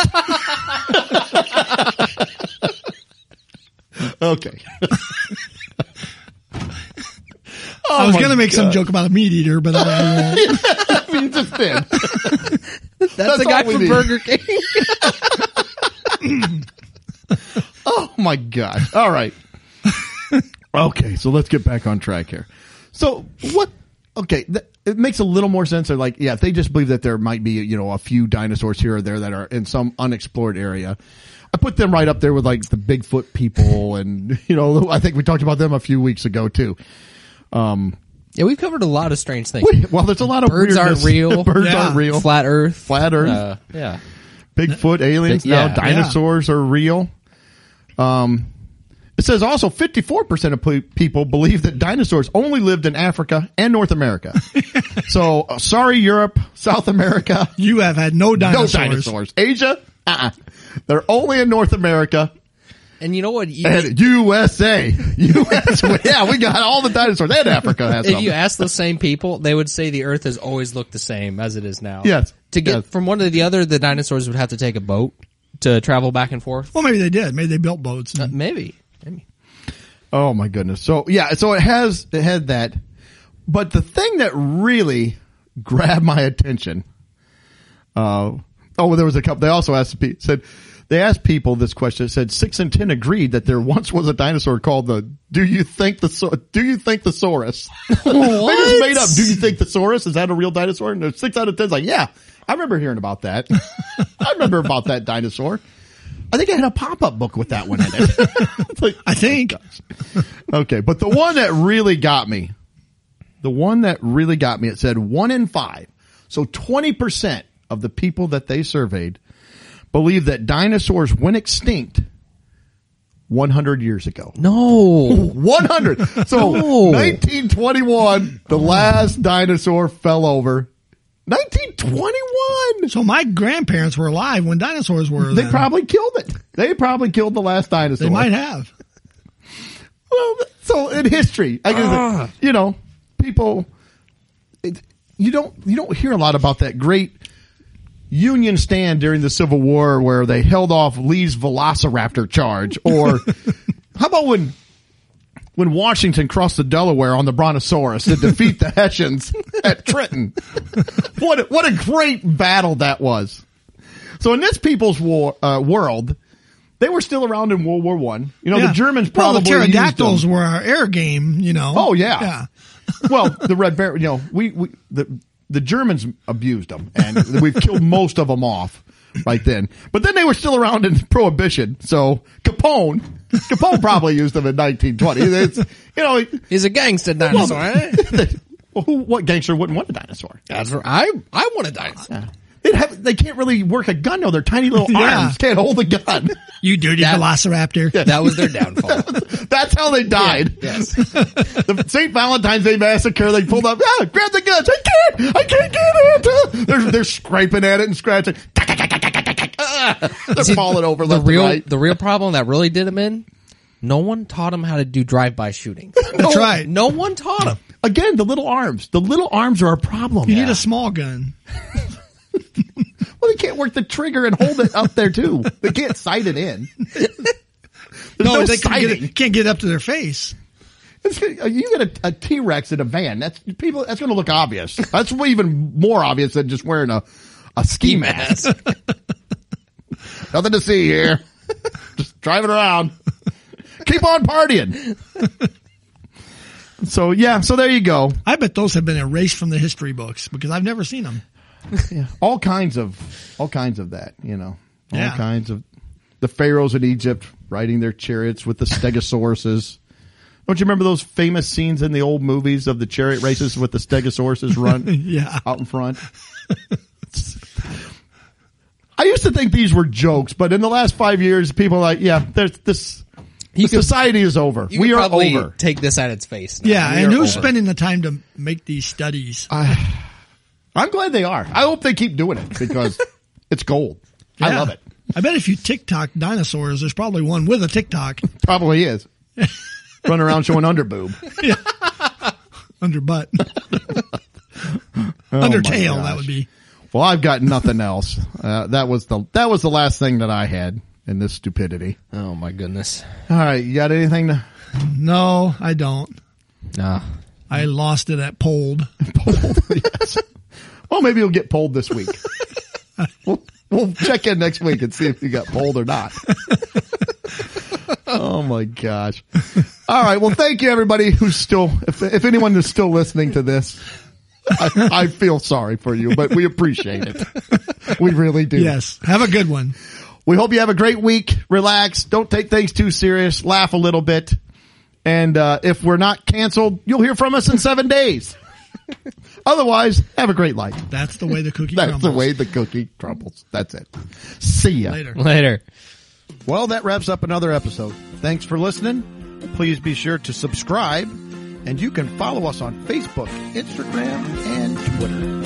A: okay.
B: I
A: Oh
B: was
A: my
B: going to make some joke about a meat eater, but I won't.
A: I mean, just then.
C: that's,
A: that's
C: the guy
A: all we
C: from
A: need.
C: Burger King.
A: Oh my god. All right. Okay, so let's get back on track here. So what? Okay, th- it makes a little more sense. They're like, yeah, if they just believe that there might be, you know, a few dinosaurs here or there that are in some unexplored area, I put them right up there with like the Bigfoot people, and you know, I think we talked about them a few weeks ago too.
C: yeah, we've covered a lot of strange things.
A: Wait, well, there's a lot of
C: Birds aren't
A: weirdness.
C: real.
A: Birds
B: Yeah.
A: aren't real.
C: Flat Earth.
A: Flat Earth.
C: Uh, yeah.
A: Bigfoot, aliens,
C: Big- yeah,
A: now dinosaurs are real. Um, it says also 54% of pe- people believe that dinosaurs only lived in Africa and North America. so uh, sorry, Europe, South America,
B: You have had no dinosaurs.
A: no dinosaurs. Asia, uh-uh. They're only in North America
C: And you know what? You-
A: and USA. US, yeah, we got all the dinosaurs and Africa has
C: if
A: some.
C: you ask those same people, they would say the Earth has always looked the same as it is now.
A: Yes.
C: To get
A: Yes.
C: from one to the other, the dinosaurs would have to take a boat to travel back and forth.
B: Well, maybe they did. Maybe they built boats. and-
A: Uh,
C: Maybe. Maybe.
A: Oh my goodness. So yeah, so it has it had that. But the thing that really grabbed my attention uh oh well, there was a couple they also asked pe- said they asked people this question. It said six and ten agreed that there once was a dinosaur called the Do you think the Sau- Do you think the Saurus? They just made up. Do you think the Saurus is that a real dinosaur? And there's six out of ten's like, yeah, I remember hearing about that. I remember about that dinosaur. I think I had a pop up book with that one in it. It's like,
B: I think.
A: oh Okay, but the one that really got me, the one that really got me, it said one in five. So 20% of the people that they surveyed believe that dinosaurs went extinct 100 years ago.
C: No.
A: 100. So
C: No.
A: 1921, the last dinosaur fell over. 1921.
B: So my grandparents were alive when dinosaurs were.
A: They
B: then.
A: probably killed it. They probably killed the last dinosaur.
B: They might have.
A: Well, so in history, I guess
C: Ah.
A: you know people. It, you don't you don't hear a lot about that great Union stand during the Civil War where they held off Lee's Velociraptor charge, or how about when when Washington crossed the Delaware on the Brontosaurus to defeat the Hessians at Trenton? what a, what a great battle that was! So in this people's war uh, world. They were still around in World War One. You know,
B: Yeah.
A: the Germans
B: Well,
A: probably
B: the
A: used them.
B: pterodactyls were our air game. You know.
A: Oh yeah.
B: Yeah.
A: well, the red bear. You know, we, we the the Germans abused them, and we've killed most of them off right then. But then they were still around in Prohibition, so Capone Capone probably used them in 1920. It's, you know,
C: He's a gangster dinosaur. eh?
A: well, who, what gangster wouldn't want a dinosaur?
C: That's right. I I want a dinosaur.
A: They'd have, they can't really work a gun though. Their tiny little
B: Yeah.
A: arms can't hold a gun.
B: You dirty
C: That-
B: velociraptor.
C: That was their downfall.
A: That's how they died.
C: yes.
A: the St. Valentine's Day massacre. They pulled up, ah, grab the guns. I can't, I can't get it. They're, they're scraping at it and scratching. They're falling over
C: the
A: left
C: real
A: and right.
C: the real problem that really did him in. No one taught him how to do drive-by shooting.
B: That's right.
C: No one taught him.
A: Again, the little arms. The little arms are a problem.
B: You need a small gun.
A: Well, they can't work the trigger and hold it up there too. They can't sight it in. There's no,
B: they can't get,
A: sighting.
B: it, can't get it up to their face.
A: It's gonna- uh, you get a, a T Rex in a van. That's people. That's going to look obvious. That's even more obvious than just wearing a a ski mask. Nothing to see here. just driving around. Keep on partying. so yeah. So there you go.
B: I bet those have been erased from the history books because I've never seen them.
A: All kinds of all kinds of that. You know. All
B: Yeah.
A: kinds of the pharaohs in Egypt riding their chariots with the stegosauruses. Don't you remember those famous scenes in the old movies of the chariot races with the stegosauruses run?
B: Yeah.
A: out in front. I used to think these were jokes, but in the last five years, people are like, yeah, there's this.
C: You
A: the
C: could-
A: society is over.
C: You
A: We
C: could
A: are
C: probably
A: over.
C: Take this at its face. now.
B: Yeah,
A: We
B: and
A: are
B: who's
A: over.
B: spending the time to make these studies?
A: I'm glad they are. I hope they keep doing it because it's gold. I
B: Yeah.
A: love it.
B: I bet if you TikTok dinosaurs, there's probably one with a TikTok
A: Probably is. Run around showing underboob.
B: under butt,
A: Oh
B: under
A: my
B: tail.
A: gosh.
B: That would be.
A: Well, I've got nothing else. Uh, that was the that was the last thing that I had in this stupidity.
C: Oh my goodness.
A: All right, you got anything to?
B: No, I don't.
C: Nah.
B: I lost it at polled.
A: polled. yes. Well, maybe you'll get polled this week. we'll, we'll check in next week and see if you got polled or not. oh my gosh. All right. Well, thank you everybody who's still, if, if anyone is still listening to this, I, I feel sorry for you, but we appreciate it. We really do.
B: Yes. Have a good one.
A: We hope you have a great week. Relax. Don't take things too serious. Laugh a little bit. And uh, if we're not canceled, you'll hear from us in seven days. Otherwise, have a great life.
B: That's the way the cookie
A: That's
B: crumbles.
A: the way the cookie crumbles. That's it. See ya.
B: Later.
C: Later.
A: Well, that wraps up another episode. Thanks for listening. Please be sure to subscribe, and you can follow us on Facebook, Instagram, and Twitter.